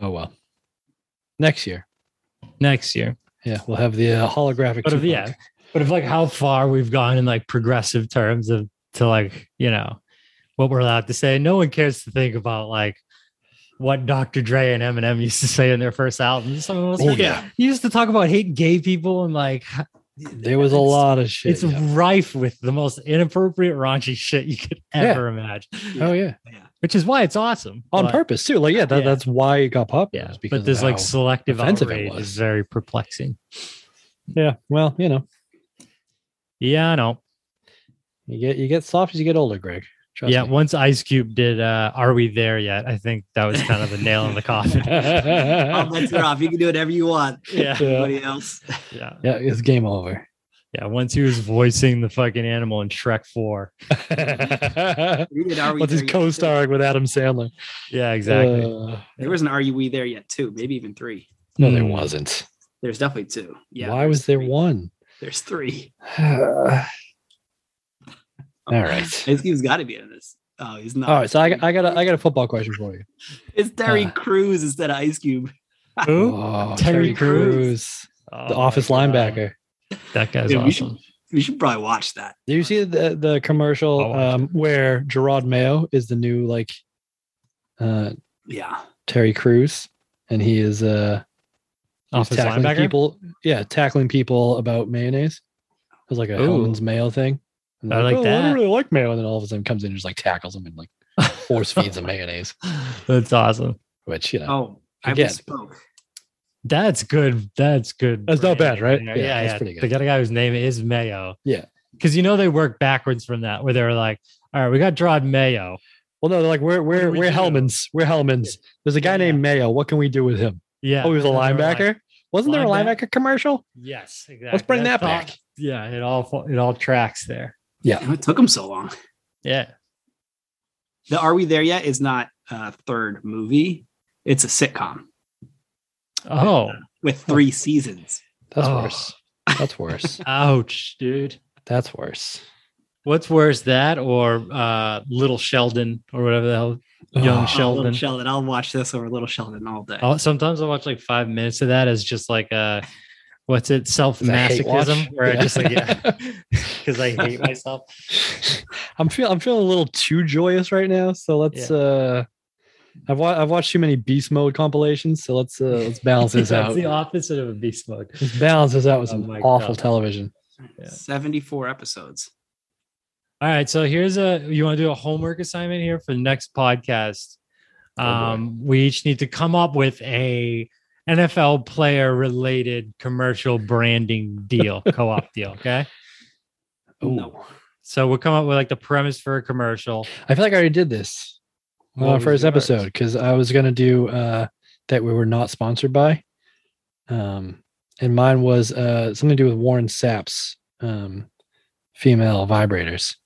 [SPEAKER 2] Oh well. Next year,
[SPEAKER 4] Next year.
[SPEAKER 2] yeah, we'll have the uh, holographic.
[SPEAKER 4] But if,
[SPEAKER 2] Tupac.
[SPEAKER 4] yeah. But if like how far we've gone in like progressive terms of to like, you know, what we're allowed to say, no one cares to think about like what Dr. Dre and Eminem used to say in their first albums. Some of us
[SPEAKER 2] Oh,
[SPEAKER 3] yeah.
[SPEAKER 4] you used to talk about hating gay people and like
[SPEAKER 2] there was a
[SPEAKER 4] it's-
[SPEAKER 2] lot of shit.
[SPEAKER 4] It's
[SPEAKER 2] yeah.
[SPEAKER 4] rife with the most inappropriate raunchy shit you could
[SPEAKER 2] Yeah.
[SPEAKER 4] ever imagine,
[SPEAKER 2] Oh yeah,
[SPEAKER 4] which is why it's awesome
[SPEAKER 2] on
[SPEAKER 4] But-
[SPEAKER 2] purpose too. Like yeah, that,
[SPEAKER 4] Yeah.
[SPEAKER 2] that's why it got popular.
[SPEAKER 4] Yeah,
[SPEAKER 2] is because
[SPEAKER 4] but
[SPEAKER 2] of
[SPEAKER 4] this like
[SPEAKER 2] how-
[SPEAKER 4] selective
[SPEAKER 2] offensive it
[SPEAKER 4] outrage is
[SPEAKER 2] was.
[SPEAKER 4] very perplexing.
[SPEAKER 2] yeah. Well, you know,
[SPEAKER 4] Yeah, I know.
[SPEAKER 2] you get you get soft as you get older, Greg. Trust
[SPEAKER 4] yeah,
[SPEAKER 2] me. [laughs]
[SPEAKER 4] once Ice Cube did uh Are We There Yet? I think that was kind of the nail in the
[SPEAKER 2] [laughs]
[SPEAKER 4] coffin.
[SPEAKER 3] All bets are off. You can do whatever you want.
[SPEAKER 4] yeah.
[SPEAKER 3] Everybody else.
[SPEAKER 4] [laughs] Yeah.
[SPEAKER 2] yeah, it's game
[SPEAKER 3] [laughs]
[SPEAKER 2] over.
[SPEAKER 4] Yeah. Once he was voicing the fucking animal in Shrek 4.
[SPEAKER 2] What's
[SPEAKER 3] We did Are We
[SPEAKER 2] his
[SPEAKER 3] There Yet, too.
[SPEAKER 2] co-starring with Adam Sandler?
[SPEAKER 4] Yeah, exactly.
[SPEAKER 2] Uh,
[SPEAKER 3] There was an Are You We There Yet too? Maybe even three.
[SPEAKER 2] no, there
[SPEAKER 4] Mm.
[SPEAKER 2] wasn't.
[SPEAKER 3] There's definitely two. Yeah.
[SPEAKER 2] Why was there
[SPEAKER 3] three.
[SPEAKER 2] one? [sighs]
[SPEAKER 3] There's three.
[SPEAKER 2] [laughs] All right.
[SPEAKER 3] [laughs] Ice Cube's got to be in this. Oh, he's not.
[SPEAKER 2] All right, so I, I got a, I got a football question for you.
[SPEAKER 3] It's Terry
[SPEAKER 2] Uh.
[SPEAKER 3] Crews instead of Ice Cube.
[SPEAKER 4] Who?
[SPEAKER 2] Oh,
[SPEAKER 4] Terry Crews.
[SPEAKER 2] the office linebacker.
[SPEAKER 4] Oh That guy's
[SPEAKER 3] Dude, we should-
[SPEAKER 4] awesome.
[SPEAKER 3] We should probably watch that.
[SPEAKER 2] Did you see the the
[SPEAKER 4] I'll
[SPEAKER 2] commercial
[SPEAKER 4] watch
[SPEAKER 2] um, where Gerard Mayo is the new like uh,
[SPEAKER 3] Yeah.
[SPEAKER 2] Terry Crews, and he is uh, he's
[SPEAKER 4] Office
[SPEAKER 2] tackling
[SPEAKER 4] linebacker.
[SPEAKER 2] people. Yeah, tackling people about mayonnaise. It was like a
[SPEAKER 4] Ooh.
[SPEAKER 2] Hellman's Mayo thing. And
[SPEAKER 4] I
[SPEAKER 2] they're
[SPEAKER 4] like
[SPEAKER 2] I
[SPEAKER 4] that."
[SPEAKER 2] don't really like mayo, and then all of a sudden comes in and just like tackles him and like force feeds him mayonnaise,
[SPEAKER 4] [laughs] That's awesome.
[SPEAKER 2] which you know
[SPEAKER 4] Um,
[SPEAKER 3] Oh, I
[SPEAKER 2] Again.
[SPEAKER 3] misspoke.
[SPEAKER 4] That's good. That's good.
[SPEAKER 2] That's not
[SPEAKER 4] branding
[SPEAKER 2] bad, right?
[SPEAKER 4] there.
[SPEAKER 2] Yeah,
[SPEAKER 4] Yeah, yeah.
[SPEAKER 2] that's pretty good.
[SPEAKER 4] They got a guy whose name is Mayo.
[SPEAKER 2] Yeah.
[SPEAKER 4] Because you know they work backwards from that, where they were like, all right, we got Gerard Mayo.
[SPEAKER 2] Well, no, they're like we're
[SPEAKER 4] do
[SPEAKER 2] we're we
[SPEAKER 4] we
[SPEAKER 2] are we are we are
[SPEAKER 4] do?
[SPEAKER 2] Hellman's. We're Hellman's. There's a guy
[SPEAKER 4] Yeah.
[SPEAKER 2] named Mayo. What can we do with him?
[SPEAKER 4] Yeah.
[SPEAKER 2] oh, he was a
[SPEAKER 4] And then they were like,
[SPEAKER 2] linebacker. Wasn't there a
[SPEAKER 4] lineback-
[SPEAKER 2] linebacker commercial?
[SPEAKER 4] yes, exactly.
[SPEAKER 2] bring
[SPEAKER 4] That's
[SPEAKER 2] that
[SPEAKER 4] all-
[SPEAKER 2] back.
[SPEAKER 4] [laughs] yeah, it all fo- it all tracks there.
[SPEAKER 3] Damn, it took him so long.
[SPEAKER 4] Yeah.
[SPEAKER 3] The Are We There Yet is not a third movie. It's a sitcom
[SPEAKER 4] Oh,
[SPEAKER 3] with three seasons.
[SPEAKER 2] That's
[SPEAKER 4] Oh.
[SPEAKER 2] worse. That's [laughs] worse.
[SPEAKER 4] ouch, dude.
[SPEAKER 2] That's worse.
[SPEAKER 4] What's worse, that or uh Little Sheldon or whatever the hell? Young
[SPEAKER 2] Oh.
[SPEAKER 3] Oh, Little
[SPEAKER 4] Sheldon. Oh,
[SPEAKER 3] Sheldon. I'll watch this over Little Sheldon all day.
[SPEAKER 4] I'll, sometimes I watch like five minutes of that as just like a what's it self masochism
[SPEAKER 2] watch?
[SPEAKER 4] where I
[SPEAKER 2] Yeah.
[SPEAKER 4] just like
[SPEAKER 2] [laughs]
[SPEAKER 4] [laughs] because I hate myself.
[SPEAKER 2] [laughs] I'm feel I'm feeling a little too joyous right now. So let's uh I've wa- I've watched too many beast mode compilations, so let's uh let's balance this
[SPEAKER 4] That's [laughs]
[SPEAKER 2] out.
[SPEAKER 4] the opposite of a beast mode.
[SPEAKER 2] Let's balance this out with
[SPEAKER 4] Oh
[SPEAKER 2] some
[SPEAKER 4] my
[SPEAKER 2] awful
[SPEAKER 4] God.
[SPEAKER 2] television.
[SPEAKER 4] Yeah.
[SPEAKER 3] 74
[SPEAKER 4] [laughs]
[SPEAKER 3] episodes.
[SPEAKER 4] All right, so here's a you want to do a homework assignment here for the next podcast.
[SPEAKER 2] Oh,
[SPEAKER 4] Um, we each need to come up with a NFL player related commercial branding
[SPEAKER 2] [laughs]
[SPEAKER 4] deal, co op deal. Okay.
[SPEAKER 2] Oh.
[SPEAKER 3] No.
[SPEAKER 4] So we'll come up with like the premise for a commercial.
[SPEAKER 2] I feel like I already did this on
[SPEAKER 4] What
[SPEAKER 2] our
[SPEAKER 4] was
[SPEAKER 2] first
[SPEAKER 4] yours?
[SPEAKER 2] episode because I was gonna do uh, that we were not sponsored by, um, and mine was uh, something to do with Warren Sapp's um, female vibrators.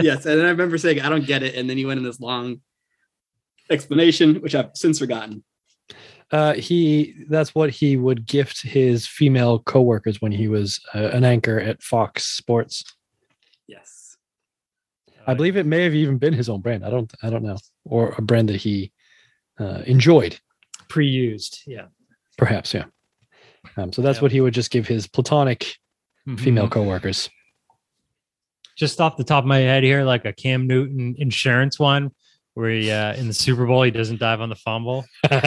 [SPEAKER 3] yes, and then I remember saying, "I don't get it," and then you went in this long explanation, which I've since forgotten.
[SPEAKER 2] Uh, he that's what he would gift his female coworkers when he was uh, an anchor at Fox Sports.
[SPEAKER 3] Yes.
[SPEAKER 2] I believe it may have even been his own brand. I don't I don't know or a brand that he uh, enjoyed,
[SPEAKER 4] Pre used. Yeah.
[SPEAKER 2] perhaps. Yeah. Um, so that's
[SPEAKER 4] Yeah.
[SPEAKER 2] what he would just give his platonic female
[SPEAKER 4] Mhm.
[SPEAKER 2] coworkers.
[SPEAKER 4] Just off the top of my head here, like a Cam Newton insurance one where he, uh, in the Super Bowl, he doesn't dive on the fumble. I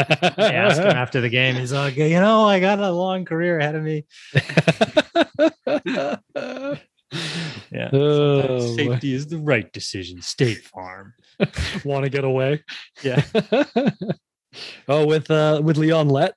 [SPEAKER 2] [laughs]
[SPEAKER 4] asked him after the game. He's like, you know, I got a long career ahead of me. Yeah. sometimes
[SPEAKER 2] [laughs]
[SPEAKER 4] [laughs]
[SPEAKER 2] Oh, boy.
[SPEAKER 4] safety is the right decision. State
[SPEAKER 2] [laughs]
[SPEAKER 4] Farm.
[SPEAKER 2] Want to get away?
[SPEAKER 4] Yeah.
[SPEAKER 2] [laughs] oh, with uh, with Leon Lett,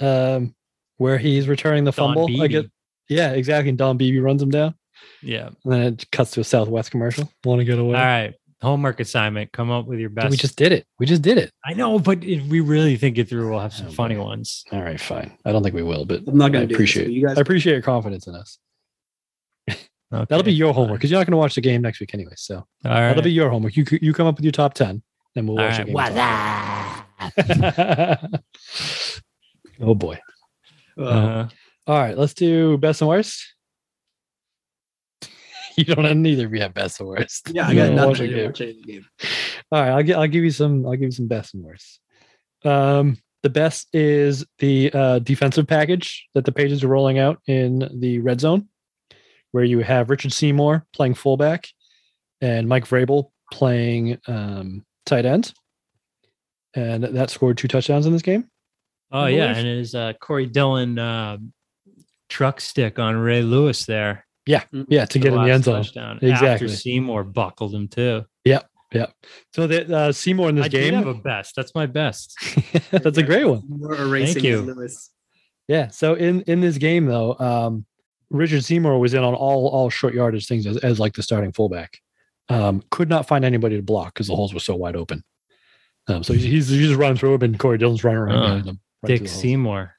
[SPEAKER 2] um, where he's returning the
[SPEAKER 4] Don
[SPEAKER 2] fumble. I get-
[SPEAKER 4] Beebe.
[SPEAKER 2] yeah, exactly. And Don Beebe runs him down,
[SPEAKER 4] Yeah.
[SPEAKER 2] and then it cuts to a Southwest commercial. Want to get away?
[SPEAKER 4] All right. Homework assignment. Come up with your best.
[SPEAKER 2] We just did it. We just did it.
[SPEAKER 4] I know, but if we really think it through, we'll have some
[SPEAKER 2] Oh,
[SPEAKER 4] funny
[SPEAKER 2] boy.
[SPEAKER 4] ones.
[SPEAKER 2] All right, fine. I don't think we will, but
[SPEAKER 3] I'm not
[SPEAKER 2] I
[SPEAKER 3] going to
[SPEAKER 2] appreciate.
[SPEAKER 3] Do this, but you guys,
[SPEAKER 2] I appreciate your confidence in us. That'll
[SPEAKER 4] Okay.
[SPEAKER 2] be your homework because you're not going to watch the game next week anyway. So
[SPEAKER 4] All right.
[SPEAKER 2] that'll be your homework. You c- you come up with your top ten, and we'll
[SPEAKER 4] All
[SPEAKER 2] watch the
[SPEAKER 4] right.
[SPEAKER 2] game. together. [laughs] oh boy!
[SPEAKER 3] uh,
[SPEAKER 4] Uh,
[SPEAKER 2] All right, let's do best and worst. [laughs] you don't have neither of you have best and worst.
[SPEAKER 3] yeah, I
[SPEAKER 2] You
[SPEAKER 3] got
[SPEAKER 2] don't
[SPEAKER 3] nothing
[SPEAKER 2] watch
[SPEAKER 3] to
[SPEAKER 2] the
[SPEAKER 3] do.
[SPEAKER 2] game.
[SPEAKER 3] Watch any game.
[SPEAKER 2] All right, I'll give I'll give you some I'll give you some best and worst. Um, the best is the uh, defensive package that the pages are rolling out in the red zone, where you have Richard Seymour playing fullback and Mike Vrabel playing um, tight end, and that scored two touchdowns in this game.
[SPEAKER 4] oh
[SPEAKER 2] I
[SPEAKER 4] yeah,
[SPEAKER 2] believe-
[SPEAKER 4] and it is uh, Corey Dillon uh, truck stick on Ray Lewis there.
[SPEAKER 2] Yeah, to
[SPEAKER 4] for
[SPEAKER 2] get in
[SPEAKER 4] last
[SPEAKER 2] the end zone.
[SPEAKER 4] touchdown. After
[SPEAKER 2] Exactly.
[SPEAKER 4] Seymour buckled him too.
[SPEAKER 2] So that uh, Seymour in this
[SPEAKER 4] I did have
[SPEAKER 2] game,
[SPEAKER 4] a best. That's my best.
[SPEAKER 2] [laughs] that's a great one.
[SPEAKER 3] More erasing
[SPEAKER 4] Thank you.
[SPEAKER 3] than Lewis.
[SPEAKER 2] Yeah. So in in this game though, um, Richard Seymour was in on all all short yardage things as, as like the starting fullback. Um, could not find anybody to block because the holes were so wide open. Um, so he's he's just running through him, and Corey Dillon's running around
[SPEAKER 4] Oh,
[SPEAKER 2] behind him. right through
[SPEAKER 4] Dick
[SPEAKER 2] the holes.
[SPEAKER 4] Seymour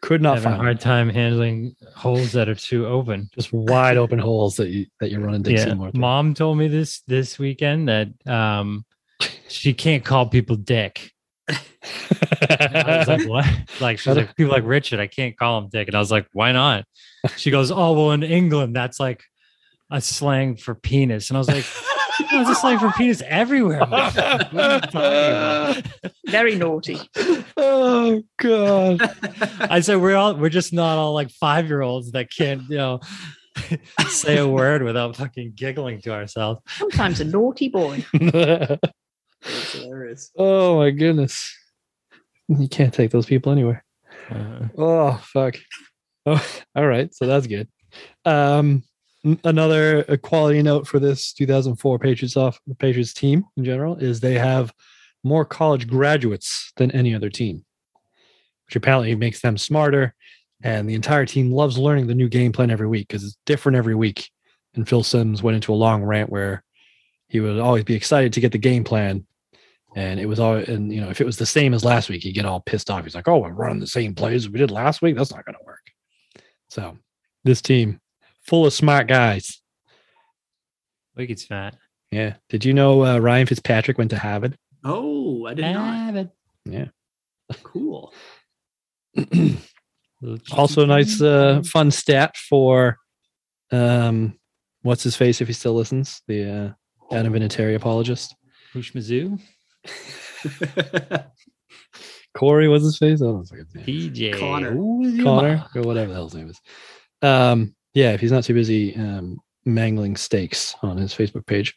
[SPEAKER 2] could not
[SPEAKER 4] having a
[SPEAKER 2] find him.
[SPEAKER 4] hard time handling holes that are too open.
[SPEAKER 2] just wide open holes that you that you're running Dick
[SPEAKER 4] yeah.
[SPEAKER 2] Seymour. [laughs] through.
[SPEAKER 4] Mom told me this this weekend that um, she can't call people Dick. I
[SPEAKER 2] [laughs]
[SPEAKER 4] was like, what? Like, she's like, people like Richard, I can't call him Dick. And I was like, why not? She goes, oh, well, in England, that's like a slang for penis. And I was like, no, it's a slang for penis everywhere. Mom. What are you talking about?
[SPEAKER 1] Very naughty.
[SPEAKER 2] oh god!
[SPEAKER 4] I said, we're all, we're just not all like five year olds that can't, you know, [laughs] say a word without fucking giggling to ourselves.
[SPEAKER 1] Sometimes a naughty boy.
[SPEAKER 4] [laughs]
[SPEAKER 3] That's hilarious.
[SPEAKER 2] oh my goodness! You can't take those people anywhere.
[SPEAKER 4] Uh,
[SPEAKER 2] Oh fuck. Oh, all right. So that's good. Um, n- another uh, quality note for this 2004 Patriots off Patriots team in general is they have more college graduates than any other team, which apparently makes them smarter. And the entire team loves learning the new game plan every week because it's different every week. And Phil Sims went into a long rant where he would always be excited to get the game plan. And it was all, and you know, if it was the same as last week, he'd get all pissed off. He's like, "Oh, we're running the same plays we did last week. That's not going to work." So, this team, full of smart guys.
[SPEAKER 4] Wicked's fat.
[SPEAKER 2] Yeah. Did you know uh, Ryan Fitzpatrick went to Harvard?
[SPEAKER 3] Oh, I did not.
[SPEAKER 2] Yeah.
[SPEAKER 3] Cool.
[SPEAKER 2] Also, a nice, uh, fun stat for, um, what's his face if he still listens? The uh, Adam Vinatieri apologist.
[SPEAKER 4] Hushmazoo.
[SPEAKER 3] [laughs]
[SPEAKER 2] Corey was his face. I don't know if I can
[SPEAKER 4] PJ.
[SPEAKER 3] Connor.
[SPEAKER 2] Connor or whatever the hell his name is. Um, yeah, if he's not too busy um, mangling steaks on his Facebook page.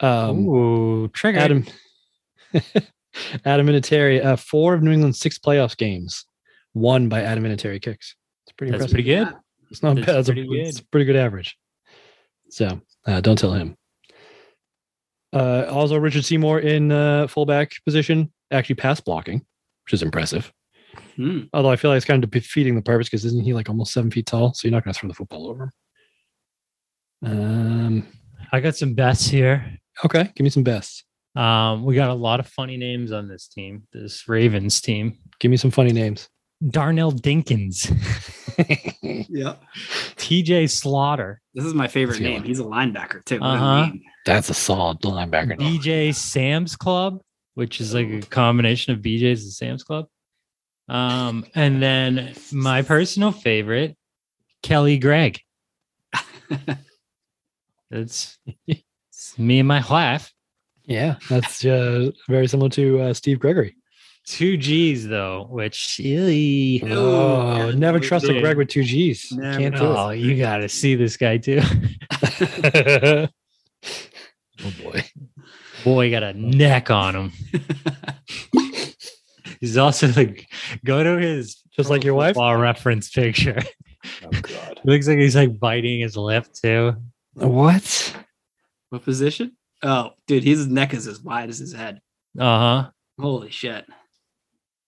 [SPEAKER 2] Um,
[SPEAKER 4] Ooh, trigger.
[SPEAKER 2] Adam [laughs] Adam Vinatieri, uh, four of New England's six playoffs games won by Adam Vinatieri kicks. It's pretty
[SPEAKER 4] That's
[SPEAKER 2] impressive.
[SPEAKER 4] pretty good.
[SPEAKER 2] it's not
[SPEAKER 4] that's
[SPEAKER 2] bad. It's a-
[SPEAKER 4] pretty
[SPEAKER 2] It's a pretty good average. So uh, don't tell him. Uh, also, Richard Seymour in uh, fullback position, actually pass blocking, which is impressive.
[SPEAKER 3] Hmm.
[SPEAKER 2] Although I feel like it's kind of defeating the purpose because isn't he like almost seven feet tall? So you're not going to throw the football over him. Um,
[SPEAKER 4] I got some bets here.
[SPEAKER 2] okay, give me some best.
[SPEAKER 4] Um, we got a lot of funny names on this team, this Ravens team.
[SPEAKER 2] Give me some funny names.
[SPEAKER 4] Darnell Dinkins, [laughs]
[SPEAKER 3] Yeah.
[SPEAKER 4] TJ Slaughter,
[SPEAKER 3] This is my favorite
[SPEAKER 2] Let's go.
[SPEAKER 3] name. He's a linebacker too. What a
[SPEAKER 4] Uh-huh.
[SPEAKER 3] name.
[SPEAKER 2] [laughs] That's a solid linebacker. name.
[SPEAKER 4] BJ Sam's Club, which is like a combination of BJ's and Sam's Club. Um, and then my personal favorite,
[SPEAKER 2] [laughs]
[SPEAKER 4] Kelly Gregg. It's, it's me and my wife.
[SPEAKER 2] Yeah, that's uh, very similar to uh, Steve Gregory.
[SPEAKER 4] Two G's though, which ew.
[SPEAKER 2] Oh, never trusted
[SPEAKER 4] dude.
[SPEAKER 2] Greg with two G's.
[SPEAKER 3] Never.
[SPEAKER 2] Can't do
[SPEAKER 4] Oh, you gotta see this
[SPEAKER 2] [laughs]
[SPEAKER 4] guy too. [laughs]
[SPEAKER 2] it. oh boy.
[SPEAKER 4] Boy got a neck on him. He's also like go to his
[SPEAKER 2] Just like your wife?
[SPEAKER 4] football reference picture. [laughs]
[SPEAKER 2] Oh god.
[SPEAKER 4] It looks like he's like biting his lip too.
[SPEAKER 2] What?
[SPEAKER 3] [laughs] What position? Oh, dude, his neck is as wide as his head.
[SPEAKER 4] Uh huh.
[SPEAKER 3] Holy shit.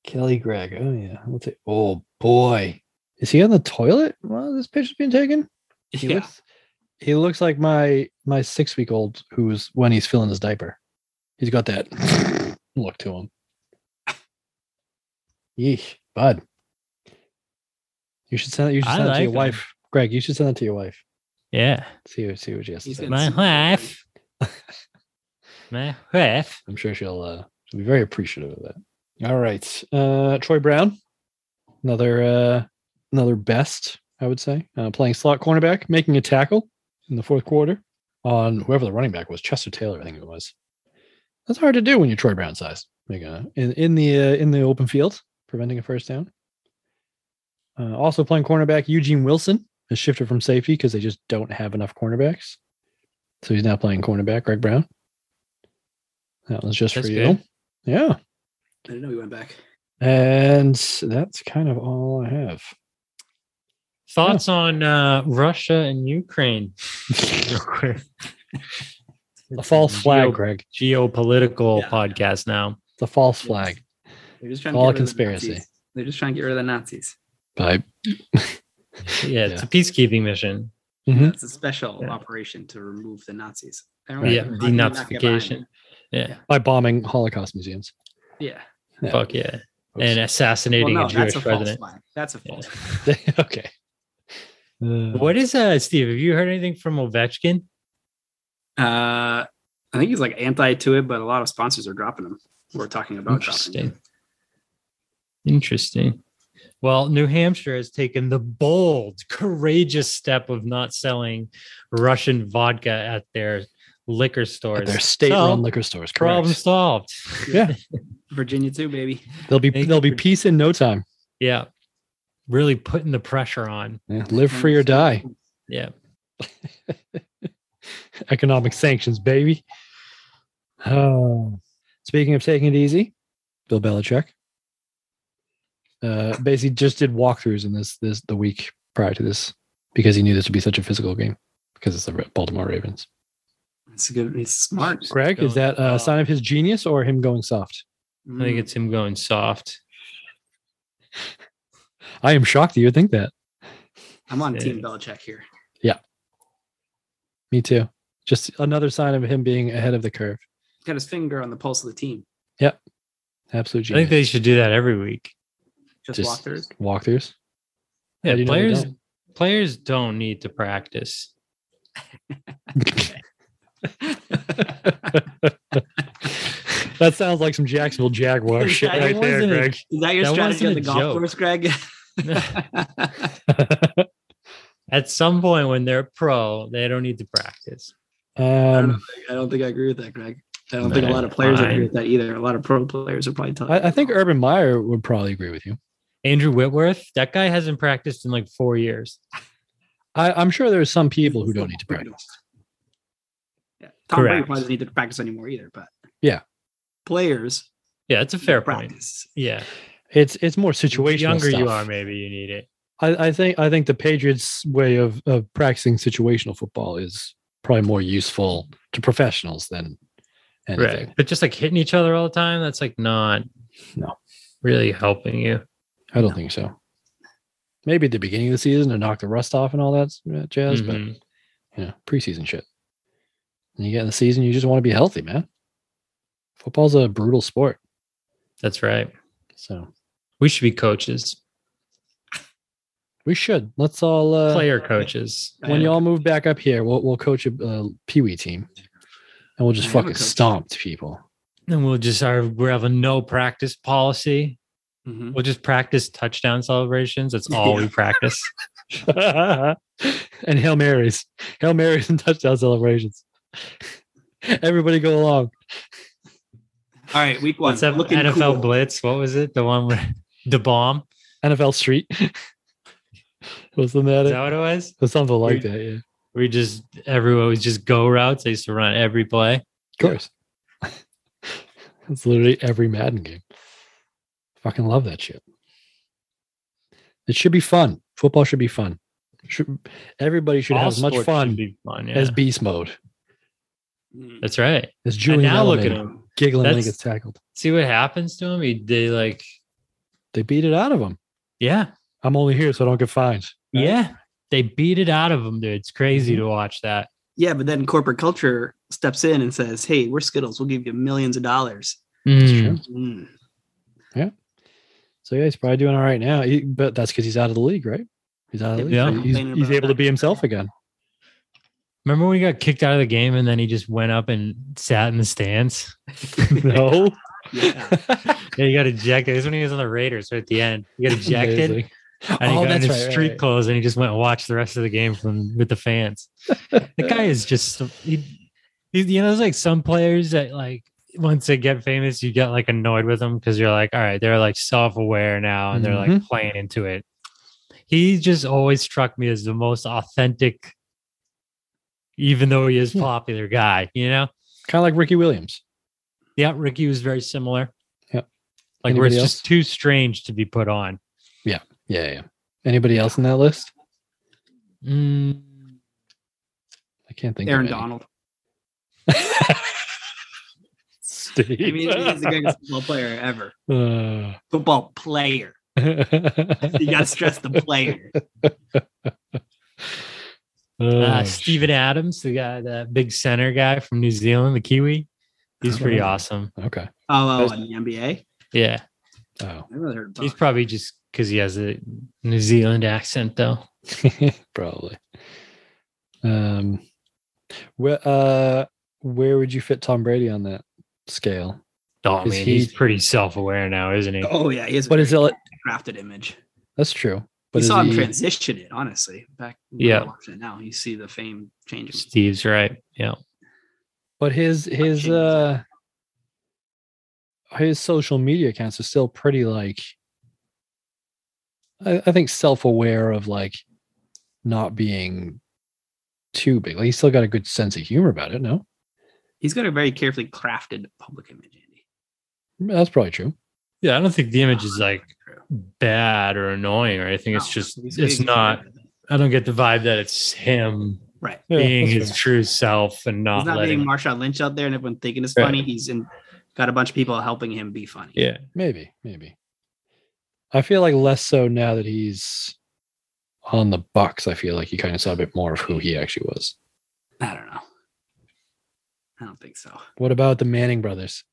[SPEAKER 2] Kelly Gregg. Oh yeah. We'll take- oh boy. Is he on the toilet while this picture's being taken? He
[SPEAKER 3] Yeah.
[SPEAKER 2] looks he looks like my my six week old who's when he's filling his diaper. He's got that look to him. Yeesh, bud. You should send that you should
[SPEAKER 4] I
[SPEAKER 2] send that to your
[SPEAKER 4] like him.
[SPEAKER 2] wife. Greg, you should send that to your wife.
[SPEAKER 4] Yeah.
[SPEAKER 2] See what see what she has to
[SPEAKER 3] He's
[SPEAKER 2] say.
[SPEAKER 3] gonna-
[SPEAKER 4] My
[SPEAKER 2] [laughs]
[SPEAKER 4] wife. My wife.
[SPEAKER 2] I'm sure she'll uh she'll be very appreciative of that. All right. Uh Troy Brown. Another uh another best, I would say. Uh, playing slot cornerback, making a tackle in the fourth quarter on whoever the running back was, Chester Taylor, I think it was. That's hard to do when you're Troy Brown size. Make a, in in the uh, in the open field, preventing a first down. Uh, also playing cornerback Eugene Wilson has shifted from safety because they just don't have enough cornerbacks. So he's now playing cornerback Greg Brown. That was just
[SPEAKER 4] That's
[SPEAKER 2] for
[SPEAKER 4] good.
[SPEAKER 2] you. Yeah.
[SPEAKER 3] I didn't know he went back.
[SPEAKER 2] And that's kind of all I have.
[SPEAKER 4] Thoughts on uh, Russia
[SPEAKER 2] [laughs]
[SPEAKER 4] and Ukraine? Real quick.
[SPEAKER 2] The false flag, Greg.
[SPEAKER 4] Geo- geopolitical
[SPEAKER 3] Yeah.
[SPEAKER 4] podcast now.
[SPEAKER 2] The false
[SPEAKER 3] Yes.
[SPEAKER 2] flag
[SPEAKER 3] They're just trying
[SPEAKER 2] All
[SPEAKER 3] to get rid
[SPEAKER 2] conspiracy.
[SPEAKER 3] Of the Nazis. They're just trying to get rid of the Nazis.
[SPEAKER 2] by
[SPEAKER 4] Yeah, it's a peacekeeping mission.
[SPEAKER 2] Mhm.
[SPEAKER 3] It's a special
[SPEAKER 4] Yeah.
[SPEAKER 3] operation to remove the Nazis.
[SPEAKER 4] Yeah,
[SPEAKER 3] They're not gonna get behind
[SPEAKER 4] denazification.
[SPEAKER 3] them.
[SPEAKER 4] Yeah.
[SPEAKER 2] by bombing Holocaust museums.
[SPEAKER 3] Yeah.
[SPEAKER 2] Yeah.
[SPEAKER 4] Fuck yeah.
[SPEAKER 2] Oops. [laughs]
[SPEAKER 4] And
[SPEAKER 3] Well,
[SPEAKER 4] assassinating
[SPEAKER 3] no,
[SPEAKER 4] a Jewish
[SPEAKER 3] that's a false
[SPEAKER 4] president.
[SPEAKER 3] flag. That's a false.
[SPEAKER 2] [laughs]
[SPEAKER 3] flag.
[SPEAKER 2] okay. Uh,
[SPEAKER 4] What is uh Steve? Have you heard anything from Ovechkin?
[SPEAKER 3] Uh, I think he's like anti to it, but a lot of sponsors are dropping them. We're talking about dropping them.
[SPEAKER 4] Interesting. Interesting. Well, New Hampshire has taken the bold, courageous step of not selling Russian vodka at their liquor stores.
[SPEAKER 2] At their state-run
[SPEAKER 4] So,
[SPEAKER 2] liquor stores. correct.
[SPEAKER 4] Problem solved.
[SPEAKER 2] Yeah,
[SPEAKER 3] Virginia too, baby.
[SPEAKER 2] there'll be
[SPEAKER 4] Thank
[SPEAKER 2] there'll be
[SPEAKER 4] you.
[SPEAKER 2] peace in no time.
[SPEAKER 4] Yeah. Really putting the pressure on.
[SPEAKER 2] Live free or die.
[SPEAKER 4] Yeah.
[SPEAKER 2] [laughs] Economic sanctions, baby. Oh. Speaking of taking it easy, Bill Belichick uh, basically just did walkthroughs in this this the week prior to this because he knew this would be such a physical game because it's the Ra- Baltimore Ravens.
[SPEAKER 3] It's good. He's smart.
[SPEAKER 2] Greg, is
[SPEAKER 4] Going
[SPEAKER 2] that a
[SPEAKER 4] soft.
[SPEAKER 2] sign of his genius or him going soft?
[SPEAKER 4] I
[SPEAKER 3] Mm,
[SPEAKER 2] Mm.
[SPEAKER 4] think it's him going soft.
[SPEAKER 2] I am shocked that you would think that.
[SPEAKER 3] I'm on Team
[SPEAKER 4] Yeah.
[SPEAKER 3] Belichick here.
[SPEAKER 2] Me too. Just another sign of him being ahead of the curve.
[SPEAKER 3] He's got his finger on the pulse of the team.
[SPEAKER 2] Absolute
[SPEAKER 4] I think
[SPEAKER 2] genius.
[SPEAKER 4] they should do that every week.
[SPEAKER 3] Just,
[SPEAKER 2] Just-
[SPEAKER 3] walkthroughs.
[SPEAKER 2] walkthroughs. How
[SPEAKER 4] Yeah,
[SPEAKER 2] do you know they
[SPEAKER 4] players
[SPEAKER 2] don't?
[SPEAKER 4] players don't need to practice.
[SPEAKER 2] [laughs] that sounds like some Jacksonville Jaguar shit
[SPEAKER 3] That
[SPEAKER 2] right there,
[SPEAKER 4] wasn't a-
[SPEAKER 2] Greg.
[SPEAKER 3] Is that your
[SPEAKER 4] That
[SPEAKER 3] strategy
[SPEAKER 4] wasn't
[SPEAKER 3] on
[SPEAKER 4] a
[SPEAKER 3] the golf
[SPEAKER 4] joke.
[SPEAKER 3] course, Greg? [laughs]
[SPEAKER 4] [laughs] At some point when they're pro, they don't need to practice.
[SPEAKER 2] um,
[SPEAKER 3] I don't think I agree with that, Greg. I don't think a lot of players
[SPEAKER 4] Fine.
[SPEAKER 3] agree with that either. A lot of pro players are probably telling.
[SPEAKER 2] I, I think Urban Meyer would probably agree with you.
[SPEAKER 4] Andrew Whitworth, that guy hasn't practiced in like four years.
[SPEAKER 2] I, I'm sure there's some people who don't need to practice.
[SPEAKER 3] Yeah. Tom Brady
[SPEAKER 4] Correct.
[SPEAKER 3] probably doesn't need to practice anymore either, but
[SPEAKER 2] Yeah.
[SPEAKER 3] players
[SPEAKER 4] Yeah, it's a fair point.
[SPEAKER 3] practice.
[SPEAKER 4] Yeah,
[SPEAKER 2] It's it's more
[SPEAKER 4] The
[SPEAKER 2] situational.
[SPEAKER 4] younger you
[SPEAKER 2] stuff.
[SPEAKER 4] are, maybe you need it.
[SPEAKER 2] I, I think I think the Patriots' way of of practicing situational football is probably more useful to professionals than anything.
[SPEAKER 4] But just like hitting each other all the time, that's like not
[SPEAKER 2] No.
[SPEAKER 4] really helping you.
[SPEAKER 2] I don't think so. Maybe at the beginning of the season to knock the rust off and all that s- uh, jazz,
[SPEAKER 4] Mhm.
[SPEAKER 2] but you know, preseason shit. And you get in the season, you just want to be healthy, man. Football's a brutal sport.
[SPEAKER 4] That's right.
[SPEAKER 2] So
[SPEAKER 4] we should be coaches.
[SPEAKER 2] We should. Let's all uh,
[SPEAKER 4] player coaches.
[SPEAKER 2] When y'all move back up here, we'll we'll coach a uh, peewee team, and we'll just
[SPEAKER 4] I am a
[SPEAKER 2] fucking
[SPEAKER 4] coach.
[SPEAKER 2] stomp people. [laughs]
[SPEAKER 4] Then we'll just have we have a no practice policy.
[SPEAKER 3] Mm-hmm.
[SPEAKER 4] We'll just practice touchdown celebrations. That's all we
[SPEAKER 2] Yeah. [laughs]
[SPEAKER 4] practice.
[SPEAKER 2] and Hail Marys. Hail Marys and touchdown celebrations. Everybody go along.
[SPEAKER 3] All right, week one.
[SPEAKER 4] What's that
[SPEAKER 3] Looking
[SPEAKER 4] NFL
[SPEAKER 3] cool.
[SPEAKER 4] Blitz? What was it? The one where [laughs] the bomb?
[SPEAKER 2] NFL Street. [laughs] Wasn't that
[SPEAKER 4] Is
[SPEAKER 2] it?
[SPEAKER 4] that what it was?
[SPEAKER 2] Or something like that, yeah.
[SPEAKER 4] We just everyone was just go routes. They used to run every play.
[SPEAKER 2] Of course. [laughs] It's literally every Madden game. Fucking love that shit. It should be fun. Football should be fun. Should, everybody should
[SPEAKER 4] All
[SPEAKER 2] have as much
[SPEAKER 4] sports
[SPEAKER 2] fun,
[SPEAKER 4] should be fun,
[SPEAKER 2] as
[SPEAKER 4] yeah.
[SPEAKER 2] beast mode.
[SPEAKER 3] Mm-hmm.
[SPEAKER 4] That's right.
[SPEAKER 2] As
[SPEAKER 4] And
[SPEAKER 2] Julian
[SPEAKER 4] now look at
[SPEAKER 2] Edelman
[SPEAKER 4] him
[SPEAKER 2] giggling when he
[SPEAKER 4] That's-
[SPEAKER 2] gets tackled.
[SPEAKER 4] See what happens to him. He they like
[SPEAKER 2] They beat it out of him.
[SPEAKER 4] yeah
[SPEAKER 2] I'm only here so I don't get fined.
[SPEAKER 4] yeah they beat it out of him, dude. It's crazy to watch that.
[SPEAKER 3] Yeah, but then corporate culture steps in and says, "Hey, we're Skittles. We'll give you millions of dollars."
[SPEAKER 2] Hmm.
[SPEAKER 4] Mm.
[SPEAKER 3] Mm.
[SPEAKER 2] Yeah. So yeah, he's probably doing all right now. He- but that's because he's out of the league, right? He's out of the league.
[SPEAKER 4] Yeah.
[SPEAKER 2] so He's,
[SPEAKER 4] Complaining
[SPEAKER 2] he's
[SPEAKER 4] about
[SPEAKER 2] able to be himself again.
[SPEAKER 4] Remember when he got kicked out of the game and then he just went up and sat in the [laughs] stands?
[SPEAKER 2] no.
[SPEAKER 4] [laughs] yeah, he got ejected. This is when he was on the Raiders right at the end. He got ejected.
[SPEAKER 2] Amazing.
[SPEAKER 4] And he
[SPEAKER 2] Oh,
[SPEAKER 4] got in
[SPEAKER 2] that's
[SPEAKER 4] his
[SPEAKER 2] right, right,
[SPEAKER 4] street
[SPEAKER 2] right.
[SPEAKER 4] clothes and he just went and watched the rest of the game from with the fans. the guy is just he, he you know, there's like some players that like once they get famous, you get like annoyed with them because you're like, all right, they're like self-aware now and they're like
[SPEAKER 2] Mhm.
[SPEAKER 4] playing into it. He just always struck me as the most authentic, even though he is popular guy, you know?
[SPEAKER 2] Kind of like Ricky Williams.
[SPEAKER 4] Yeah, Ricky was very similar.
[SPEAKER 2] Yeah.
[SPEAKER 4] Like where it's
[SPEAKER 2] Anybody
[SPEAKER 4] just too strange to be put on.
[SPEAKER 2] Yeah. Yeah. Yeah. Anybody else in that list?
[SPEAKER 4] Mm,
[SPEAKER 2] I can't think.
[SPEAKER 3] Aaron
[SPEAKER 2] of any.
[SPEAKER 3] Donald.
[SPEAKER 2] [laughs] Steve.
[SPEAKER 3] I mean,
[SPEAKER 2] [laughs]
[SPEAKER 3] he's the greatest football player ever.
[SPEAKER 2] Uh,
[SPEAKER 3] Football player. You got to stress the
[SPEAKER 2] [laughs]
[SPEAKER 3] player.
[SPEAKER 4] uh,
[SPEAKER 3] Ah,
[SPEAKER 2] Oh,
[SPEAKER 4] Steven Adams, the guy, the big center guy from New Zealand, the Kiwi. He's
[SPEAKER 3] Oh.
[SPEAKER 4] pretty awesome.
[SPEAKER 2] Okay.
[SPEAKER 3] Oh, oh, in the NBA.
[SPEAKER 4] Yeah.
[SPEAKER 2] Oh, [laughs]
[SPEAKER 3] I never heard of
[SPEAKER 4] He's
[SPEAKER 3] Donald.
[SPEAKER 4] probably just because he has a New Zealand accent, though.
[SPEAKER 2] probably. Um, where uh, where would you fit Tom Brady on that scale?
[SPEAKER 4] Oh,
[SPEAKER 2] Is
[SPEAKER 4] man,
[SPEAKER 2] he-
[SPEAKER 4] he's pretty self aware now, isn't he?
[SPEAKER 3] Oh yeah, he has a
[SPEAKER 2] But is it? like-
[SPEAKER 3] crafted image.
[SPEAKER 2] That's true.
[SPEAKER 3] We
[SPEAKER 2] But is
[SPEAKER 3] saw him
[SPEAKER 2] he-
[SPEAKER 3] transition it honestly. Back when
[SPEAKER 4] Yeah.
[SPEAKER 3] we're watching it now you see the fame changing.
[SPEAKER 4] Steve's right. Yeah.
[SPEAKER 2] But his his uh his social media accounts are still pretty like I, I think self aware of like not being too big. Like he's still got a good sense of humor about it, no?
[SPEAKER 3] He's got a very carefully crafted public image. Andy.
[SPEAKER 2] That's probably true.
[SPEAKER 4] Yeah. I don't think the image is like bad or annoying or anything. It's
[SPEAKER 3] No,
[SPEAKER 4] just,
[SPEAKER 3] he's-
[SPEAKER 4] it's
[SPEAKER 3] he's-
[SPEAKER 4] not, I don't get the vibe that it's him
[SPEAKER 3] right.
[SPEAKER 2] Yeah,
[SPEAKER 4] being
[SPEAKER 2] that's
[SPEAKER 4] his
[SPEAKER 2] fair.
[SPEAKER 4] true self and not,
[SPEAKER 3] he's not
[SPEAKER 4] letting.
[SPEAKER 3] being Marshawn Lynch out there and everyone thinking it's
[SPEAKER 4] Right.
[SPEAKER 3] funny. He's in, got a bunch of people helping him be funny.
[SPEAKER 4] yeah.
[SPEAKER 2] Maybe, maybe. I feel like less so now that he's on the Bucks. I feel like you kind of saw a bit more of who he actually was.
[SPEAKER 3] I don't know. I don't think so.
[SPEAKER 2] What about the Manning brothers?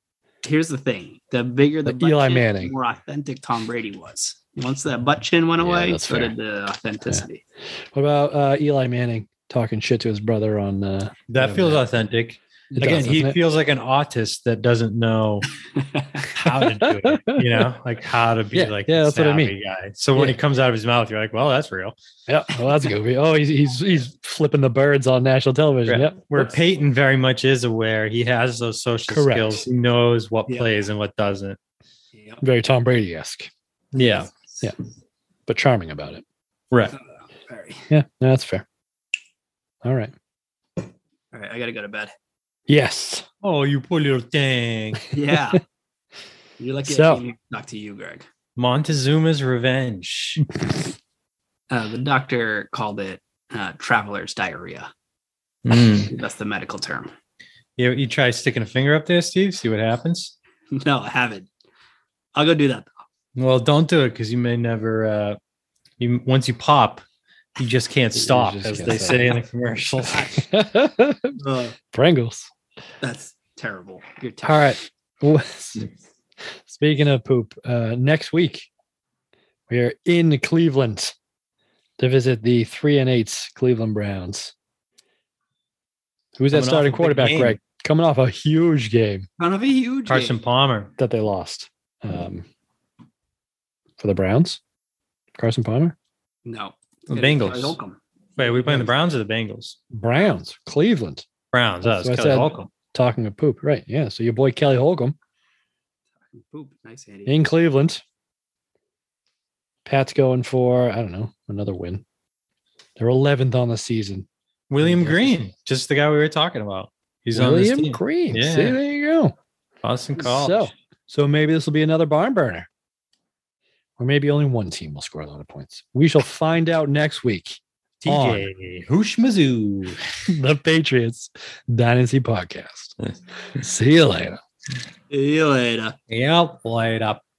[SPEAKER 3] Here's the thing: the bigger the,
[SPEAKER 2] Like
[SPEAKER 3] butt
[SPEAKER 2] Eli
[SPEAKER 3] chin,
[SPEAKER 2] Manning.
[SPEAKER 3] the more authentic Tom Brady was. Once that butt chin went
[SPEAKER 2] Yeah,
[SPEAKER 3] away,
[SPEAKER 2] that's
[SPEAKER 3] so
[SPEAKER 2] fair.
[SPEAKER 3] did the authenticity.
[SPEAKER 2] What about uh, Eli Manning talking shit to his brother on uh,
[SPEAKER 4] That
[SPEAKER 2] Yeah,
[SPEAKER 4] feels
[SPEAKER 2] man.
[SPEAKER 4] authentic.
[SPEAKER 2] It
[SPEAKER 4] Again,
[SPEAKER 2] does,
[SPEAKER 4] he
[SPEAKER 2] doesn't it?
[SPEAKER 4] feels like an autist that doesn't know how to do
[SPEAKER 2] [laughs]
[SPEAKER 4] it. You know, like how to be
[SPEAKER 2] Yeah,
[SPEAKER 4] like
[SPEAKER 2] yeah,
[SPEAKER 4] the
[SPEAKER 2] that's what I mean.
[SPEAKER 4] savvy guy. So when
[SPEAKER 2] Yeah.
[SPEAKER 4] it comes out of his mouth, you're like, well, that's real.
[SPEAKER 2] Yeah, well, that's a good video. Oh, he's he's he's flipping the birds on national television.
[SPEAKER 4] Right.
[SPEAKER 2] Yep.
[SPEAKER 4] Where
[SPEAKER 2] Whoops.
[SPEAKER 4] Peyton very much is aware, he has those social
[SPEAKER 2] Correct.
[SPEAKER 4] skills. He knows what
[SPEAKER 3] Yeah.
[SPEAKER 4] plays and what doesn't.
[SPEAKER 3] Yep.
[SPEAKER 2] very Tom Brady esque,
[SPEAKER 4] Yeah,
[SPEAKER 2] but charming about it.
[SPEAKER 4] right.
[SPEAKER 3] Very.
[SPEAKER 2] Yeah, no, that's fair. All right.
[SPEAKER 3] All right, I gotta go to bed.
[SPEAKER 2] Yes. [laughs]
[SPEAKER 4] Oh, you pull your thing.
[SPEAKER 3] Yeah. You're lucky
[SPEAKER 2] So-
[SPEAKER 3] I came here to talk to you, Greg.
[SPEAKER 2] [laughs]
[SPEAKER 4] Montezuma's revenge.
[SPEAKER 3] Uh, the doctor called it uh, traveler's diarrhea.
[SPEAKER 4] Mm.
[SPEAKER 3] That's the medical term. [laughs]
[SPEAKER 4] You, you try sticking a finger up there, Steve. See what happens.
[SPEAKER 3] No, I haven't. I'll go do that.
[SPEAKER 4] Well, don't do it because you may never. Uh, you once you pop, you just can't stop,
[SPEAKER 2] just
[SPEAKER 4] as
[SPEAKER 2] can't
[SPEAKER 4] they
[SPEAKER 2] stop.
[SPEAKER 4] say in the commercial.
[SPEAKER 2] [laughs]
[SPEAKER 3] Uh,
[SPEAKER 2] Pringles.
[SPEAKER 3] that's terrible. You're terrible.
[SPEAKER 2] All right. [laughs] Well, Speaking of poop, uh, next week we are in Cleveland to visit the three and eights Cleveland Browns. Who's that
[SPEAKER 4] Coming off
[SPEAKER 2] starting
[SPEAKER 4] a big
[SPEAKER 2] quarterback,
[SPEAKER 4] game.
[SPEAKER 2] Greg? Coming off a huge game
[SPEAKER 3] Kind of a huge.
[SPEAKER 4] Carson
[SPEAKER 3] game.
[SPEAKER 4] Palmer.
[SPEAKER 2] that they lost
[SPEAKER 4] Hmm.
[SPEAKER 2] um, for the Browns. Carson Palmer,
[SPEAKER 3] No.
[SPEAKER 4] The
[SPEAKER 3] Yeah,
[SPEAKER 4] Bengals.
[SPEAKER 3] Ty Holcomb.
[SPEAKER 4] Wait, are we playing the Browns or the Bengals?
[SPEAKER 2] Browns, Cleveland.
[SPEAKER 4] Browns. Oh, it's
[SPEAKER 2] So I
[SPEAKER 4] Kelly
[SPEAKER 2] said-
[SPEAKER 4] Holcomb.
[SPEAKER 2] Talking of poop, right? Yeah. So your boy Kelly Holcomb
[SPEAKER 3] Poop. Nice, Andy.
[SPEAKER 2] in Cleveland. Pat's going for I don't know another win. They're 11th on the season.
[SPEAKER 4] William
[SPEAKER 2] Yes, yes,
[SPEAKER 4] Green, just the guy we were talking about. He's on this
[SPEAKER 2] William
[SPEAKER 4] team.
[SPEAKER 2] Green.
[SPEAKER 4] Yeah.
[SPEAKER 2] See, there you go.
[SPEAKER 4] Boston College.
[SPEAKER 2] So, so maybe this will be another barn burner, or maybe only one team will score a lot of points. We shall find out next weweek.
[SPEAKER 4] TJ
[SPEAKER 2] [laughs]
[SPEAKER 4] Hushmazoo.
[SPEAKER 2] The Patriots Dynasty Podcast. See you later.
[SPEAKER 3] See you later.
[SPEAKER 4] Yep, light up.